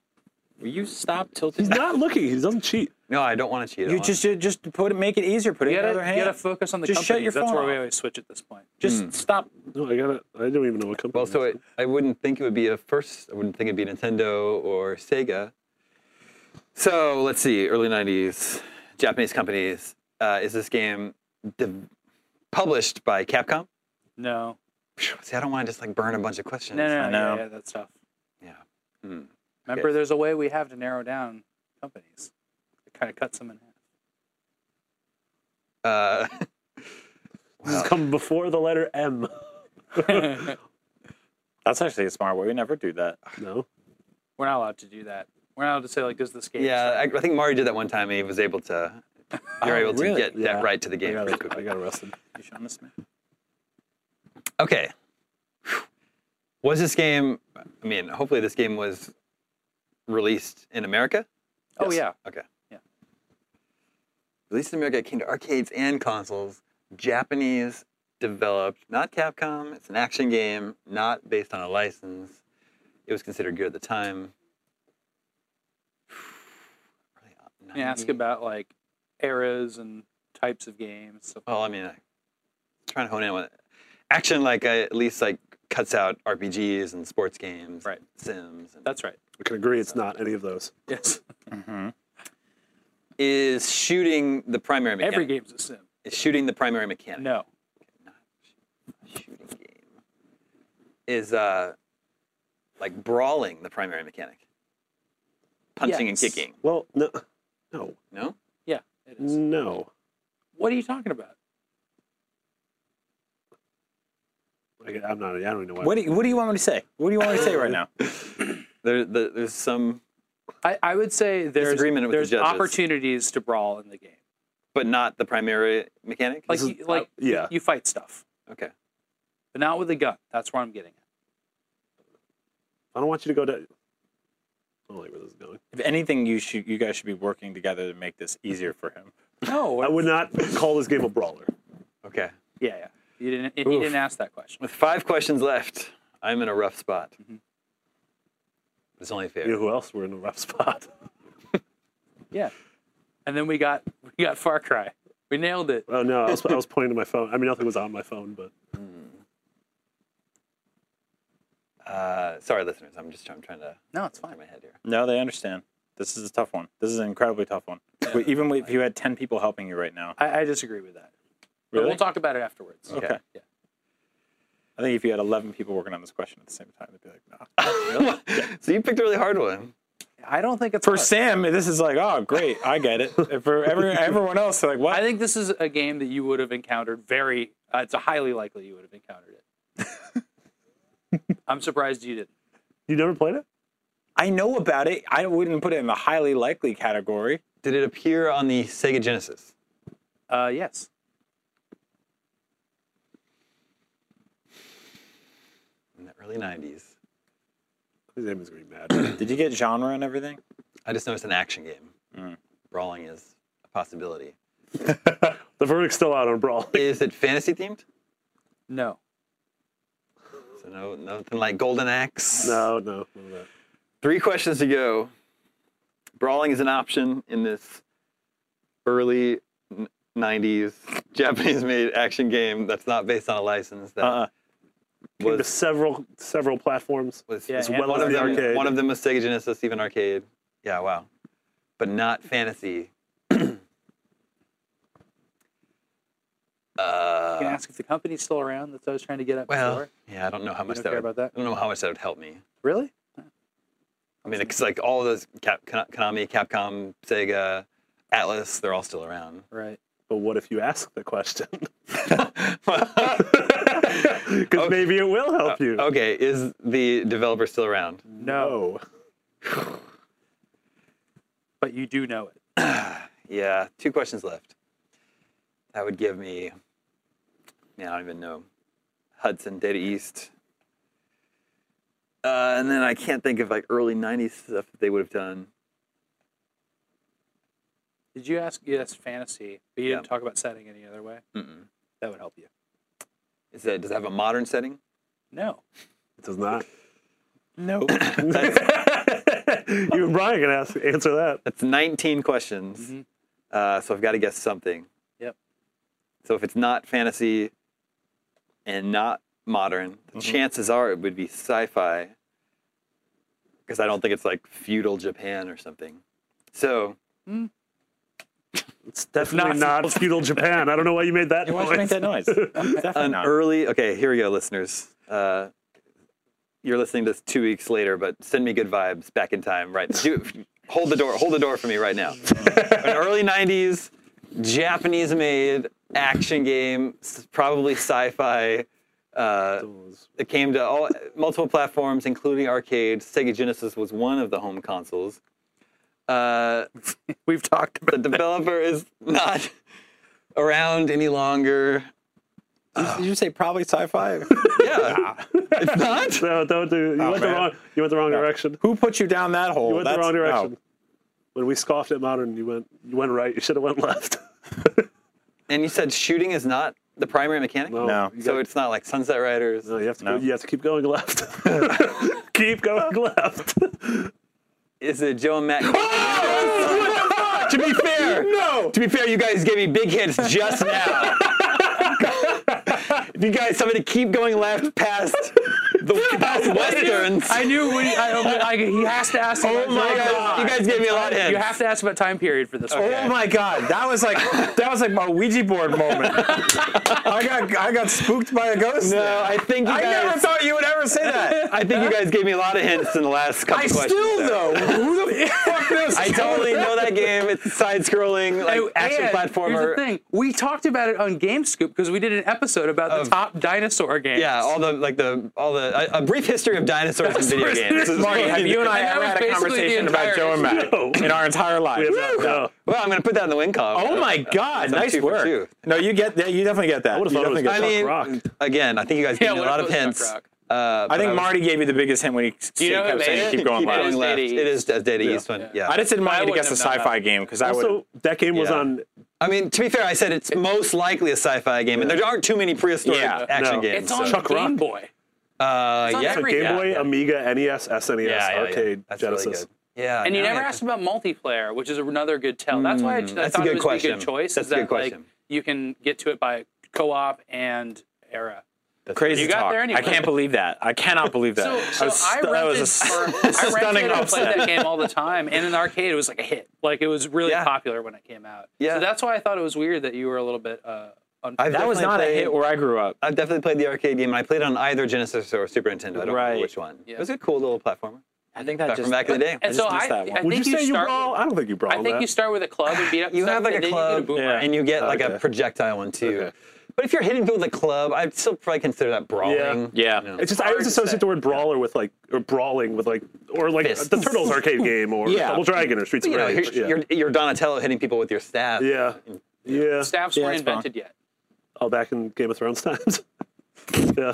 D: Will you stop
E: He's
D: tilting?
E: not looking. He doesn't cheat.
B: No, I don't want to cheat. I
C: You
B: wanna-
C: just you just put it, make it easier. Put it
D: You
C: in the
D: gotta,
C: other hand.
D: you gotta focus on the
C: Just shut
D: companies.
C: your
D: That's
C: phone
D: where we
C: off. Hmm.
D: always switch at this point. Just stop.
E: No, I got it. I don't even know what company.
B: well, so
E: it
B: it, I wouldn't think it would be a first. I wouldn't think it'd be Nintendo or Sega. So let's see, early 90s Japanese companies. Uh, is this game de- published by Capcom?
D: No.
B: See, I don't want to just like burn a bunch of questions.
D: No, no,
C: I
D: no.
C: know.
D: Yeah, yeah, that's tough.
B: Yeah. Hmm.
D: Remember,
B: Okay.
D: there's a way we have to narrow down companies. It kind of cuts them in
B: Uh,
D: half.
E: This
B: Oh.
E: has come before the letter M.
C: That's actually a smart way. We never do that.
E: No.
D: We're not allowed to do that. We're not allowed to say like, "Does this game?"
B: Yeah, I, I think Mari did that one time, and he was able to. You're able to
C: really?
B: get
E: Oh, Yeah.
B: that right to the
E: I
B: game.
E: got,
B: pretty
E: it.
B: quickly.
E: I got arrested.
C: You showing this to me?
B: Okay. Phew. Was this game? I mean, hopefully this game was released in America.
D: Oh yeah.
B: Okay.
D: Yeah.
B: Released in America, it came to arcades and consoles. Japanese developed, not Capcom. It's an action game, not based on a license. It was considered good at the time.
D: You ask
B: Mm-hmm.
D: about like eras and types of games. So
B: Well, I mean, I'm trying to hone in on it. action, like I, at least like cuts out RPGs and sports games,
D: Right.
B: Sims. And
D: that's right.
E: I can agree it's not any of those.
D: Yes.
B: is shooting the primary mechanic.
D: Every game's a sim.
B: Is shooting the primary mechanic.
D: No.
B: Shooting game is uh like brawling the primary mechanic. Punching
D: Yes.
B: and kicking.
E: Well, no. No.
B: No.
D: Yeah. It
B: Mm.
D: is.
E: No.
D: What are you talking about?
E: I, I'm not. I don't even know why.
C: What do you, What do you want me to say? What do you want me to say right now?
B: There, the, there's some,
D: I, I would say there's
B: Disagreement with the
D: there's
B: judges.
D: opportunities to brawl in the game.
B: but not the primary mechanic.
D: Like you, like
E: yeah.
D: you fight stuff.
B: okay.
D: but not with a gun. That's where I'm getting at.
E: I don't want you to go to. I don't like where this is going.
C: If anything, you should you guys should be working together to make this easier for him.
E: I would not call this game a brawler.
B: Okay.
D: Yeah, yeah. You didn't. and He
B: Oof.
D: didn't ask that question.
B: With five questions left, I'm in a rough spot.
D: Mm-hmm.
B: It's only fair.
E: You know who else? We're in a rough spot.
D: Yeah. And then we got we got Far Cry. We nailed it.
E: Oh no, I was, I was pointing to my phone. I mean, nothing was on my phone, but
B: Uh, sorry, listeners. I'm just I'm trying to
D: No, it's
B: clear
D: fine.
B: my head here.
C: No, they understand. This is a tough one. This is an incredibly tough one. But even if you had ten people helping you right now,
D: I, I disagree with that. But
C: Really?
D: we'll talk about it afterwards.
B: Okay.
C: I think if you had eleven people working on this question at the same time, they'd be like, "No."
B: so you picked a really hard one.
D: I don't think it's
C: For
D: hard.
C: Sam, this is like, "Oh, great, I get it." For every, everyone else, they're like,
D: I
C: "What?"
D: think this is a game that you would have encountered very. Uh, it's highly likely you would have encountered it. I'm surprised you didn't.
E: you never played it.
C: I know about it. I wouldn't put it in the highly likely category.
B: Did it appear on the Sega Genesis?
D: Uh, yes.
B: in the early 90s.
E: His name is gonna be mad.
C: Did you get genre and everything?
B: I just noticed an action game. Brawling is a possibility.
E: the verdict's still out on brawl.
B: Is it fantasy themed?
D: No.
B: So no, nothing like Golden Axe.
E: No, no, none of that.
B: Three questions to go. Brawling is an option in this early n- 90s Japanese-made action game that's not based on a license. That
C: Uh-uh.
E: Came to
B: was,
E: several several platforms.
B: was
D: Yeah,
B: was
D: and
B: one
E: was
B: of
E: the
B: them.
E: arcade.
B: One of them was Sega Genesis, even arcade. Yeah, wow. But not fantasy. uh,
D: Can I ask if the company's still around? That's what I was trying to get at
B: Well,
D: before.
B: yeah, I don't know how much
D: don't
B: that
D: care
B: would,
D: about that?
B: I don't know how much that would help me.
D: Really?
B: I mean, it's like all those Cap, Kon- Konami, Capcom, Sega, Atlas, they're all still around.
D: Right.
E: But what if you ask the question?
B: okay,
E: Because maybe it will help you.
B: is the developer still around?
E: No.
D: But you do know it.
B: Yeah, two questions left. That would give me, man, I don't even know. Hudson, Data East. Uh, and then I can't think of like early 90s stuff that they would have done.
D: Did you ask? Yes, fantasy. But you didn't
B: Yeah.
D: talk about setting any other way.
B: Mm-mm.
D: That would help you.
B: Is that, does it have a modern setting?
D: No.
E: It does not.
C: No.
E: Even Brian can ask, answer that.
B: That's 19 questions.
D: Mhm.
B: Uh, so I've got to guess something.
D: Yep.
B: So if it's not fantasy and not modern, the chances are it would be sci fi because I don't think it's like feudal Japan or something. So
E: It's definitely
D: not
E: not, feudal Japan. I don't know why you made that
C: Why'd you make
E: noise.
C: that noise? Definitely
B: an
C: not.
B: early, okay, here we go, listeners. Uh, you're listening to this two weeks later, but send me good vibes back in time, right? Do, hold the door, hold the door for me right now. An early 90s Japanese made action game, s- probably sci fi. Uh, it came to all multiple platforms, including arcade. Sega Genesis was one of the home consoles. Uh,
D: We've talked about
B: the developer is not around any longer.
C: Did you say probably sci-fi?
B: Yeah, it's not.
E: No, don't do. You
C: Oh,
E: went the
C: man.
E: wrong. You went the wrong direction.
C: Who put you down that hole?
E: You went the
C: That's-
E: wrong
C: no.
E: direction. When we scoffed at modern, you went. You went right. You should have went left.
B: And you said shooting is not the primary mechanic?
E: No.
C: No.
B: So it's not like Sunset Riders.
E: No, you have to.
C: No.
E: Go, you have to keep going left. keep going left.
B: Is it Joe and Matt?
C: Ah,
B: to be fair,
E: No.
B: to be fair, you guys gave me big hits just now. if you guys tell me to keep going left past the past westerns,
D: I knew when he, I, I, he has to ask.
B: oh my god, you guys gave me a lot of hits.
D: You have to ask about time period for this
B: Okay.
C: Oh my god, that was like that was like my Ouija board moment. I got I got spooked by a ghost.
B: no,
C: there.
B: I think you
C: I
B: guys.
C: never thought you would ever say that.
B: I think you guys gave me a lot of hints in the last couple
C: I
B: questions.
C: still
B: there.
C: though. Who the fuck knows?
B: I totally know that game. It's side-scrolling, like
D: Oh,
B: action
D: and Here's the
B: platformer.
D: thing: we talked about it on Game Scoop because we did an episode about the
B: Of-
D: top dinosaur games.
B: Yeah, all the like the all the a, a brief history of dinosaurs and video games. This is
C: Marty, have you and I
D: And that
C: ever
D: was
C: had a
D: basically the
C: conversation about
D: entire
C: Joe and Matt
E: No.
C: in our entire
E: We
C: lives?
E: have not- no.
B: Well, I'm going to put that in the win column.
C: Oh my God!
B: That's
C: Nice
B: two for
C: work.
B: two.
C: No, you get that. You definitely get that.
E: I would've
C: You
E: thought it
C: definitely
E: was-
C: get
B: I
C: that.
E: Chuck
B: mean,
E: Rock.
B: again, I think you guys
D: Yeah,
B: gave me a
D: what
B: lot
D: if
B: of
D: it was Chuck
B: hints.
D: Rock?
B: Uh,
C: I
B: but
C: think
B: was-
C: Marty gave you the biggest hint when he
D: Do you know
C: kept
D: who
C: saying
D: made it?
C: keep going
B: keep
D: It
C: left.
B: going
D: is
B: left.
D: Dead East.
B: It is Dead Dead East one.
D: Yeah.
B: Yeah.
C: I just didn't
D: I
C: want you to
D: wouldn't
C: guess a
D: have known that.
C: sci-fi game because I would.
E: Also, that game was
B: Yeah.
E: on.
B: I mean, to be fair, I said it's most likely a sci-fi game, and there aren't too many prehistoric
C: Yeah,
B: action
E: no.
B: games.
D: It's on
B: so-
E: Chuck
D: Game
E: Rock.
D: Boy.
B: uh,
D: it's on
B: yeah,
E: It's a
D: every-
E: Game
D: Yeah,
E: Boy,
B: yeah.
E: Amiga, E NES, SNES, arcade,
B: That's really
E: Genesis.
B: good. Yeah,
D: And you
B: now
D: never
B: I-
D: asked about multiplayer, which is another good tell. That's why I, I
B: that's a
D: thought
B: good
D: it was a
B: question.
D: good choice.
B: That's
D: is
B: a
D: that,
B: good
D: Like,
B: question.
D: you can get to it by co-op and era.
C: Crazy
D: You got
C: talk.
D: there anyway.
C: I can't believe that. I cannot believe that.
D: So, so I,
C: was stu-
D: rented,
C: that was a
D: or,
C: s-
D: I
C: stunning
D: rented and
C: upset.
D: played that game all the time, and in the arcade it was like a hit. Like it was really
B: Yeah.
D: popular when it came out.
B: Yeah.
D: So that's why I thought it was weird that you were a little bit. Uh, un-
B: I've
C: That was
B: definitely
C: not a
B: played-
C: hit where I grew up.
B: I've definitely played the arcade game, and I played on either Genesis or Super Nintendo. I don't know
C: Right.
B: which one.
D: Yeah.
B: It was a cool little platformer
C: I think that
B: back from back in the day.
D: and
C: just
D: so
C: missed
D: I,
C: that one.
D: I
E: Would you
D: think you,
E: say you
D: start.
E: brawl? I don't think you brawl.
D: I think you start with a club and beat up.
B: You
D: stuff,
B: have like
D: and
B: a
D: then You get a
B: club,
D: boomerang.
B: and you get like a
E: Okay.
B: projectile one too.
E: Okay.
B: Oh, But if you're hitting people with a club, I'd still probably consider that brawling.
C: Yeah.
B: You know.
E: It's just I always
D: hard to
E: associate
D: say.
E: the word brawler with like or brawling with like or like
B: Fists.
E: the Turtles arcade game or
C: Yeah.
E: Double Dragon or Streets
B: you
E: of
B: know,
E: Rage.
B: you're,
E: yeah.
B: you're, you're Donatello hitting people with your staff.
E: yeah. Yeah.
D: Staffs
C: Yeah,
D: weren't
C: that's wrong.
D: invented yet.
E: All back in Game of Thrones times. yeah.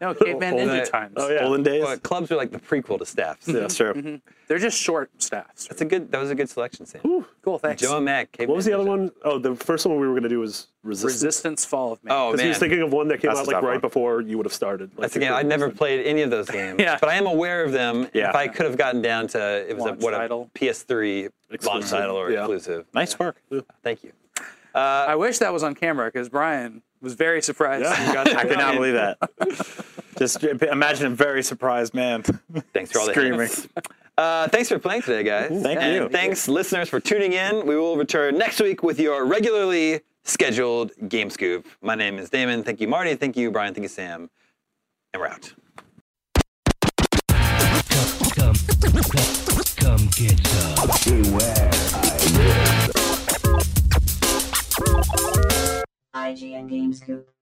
D: No, caveman
B: Old-
D: ninja times.
E: Oh yeah.
C: Olden days.
B: But clubs are like the prequel to staffs.
E: Yeah.
C: That's true.
D: Mm-hmm. They're just short staffs.
B: That's a good. That was a good selection, Sam.
D: Cool, thanks.
B: Joe Mack.
E: What was the other one? Oh, the first one we were gonna do was Resistance.
D: Resistance Fall of Man.
B: Oh
E: Because
B: man,
E: he was thinking of one that came
C: That's
E: out
C: a
E: like
C: tough
E: right
C: one.
E: before you would have started. Like,
B: that's a game I'd never played any of those games.
D: Yeah.
B: but I am aware of them.
C: Yeah.
B: If I could have gotten down to it was a,
D: Launch
B: what
D: title.
B: a PS3 launch
E: Exclusive,
B: title or
E: yeah.
B: exclusive.
C: Nice work.
B: Thank you.
D: I wish that was on camera because Brian was very surprised.
E: Yeah.
D: You got that.
C: I could not believe that. Just imagine a very surprised man
B: Thanks for all the
C: screaming.
B: hints. Uh, thanks for playing today, guys.
C: Thank
B: and
C: you.
B: Thanks, listeners, for tuning in. We will return next week with your regularly scheduled Game Scoop. My name is Damon. Thank you, Marty. Thank you, Brian. Thank you, Sam. And we're out.
A: IGN Gamescoop.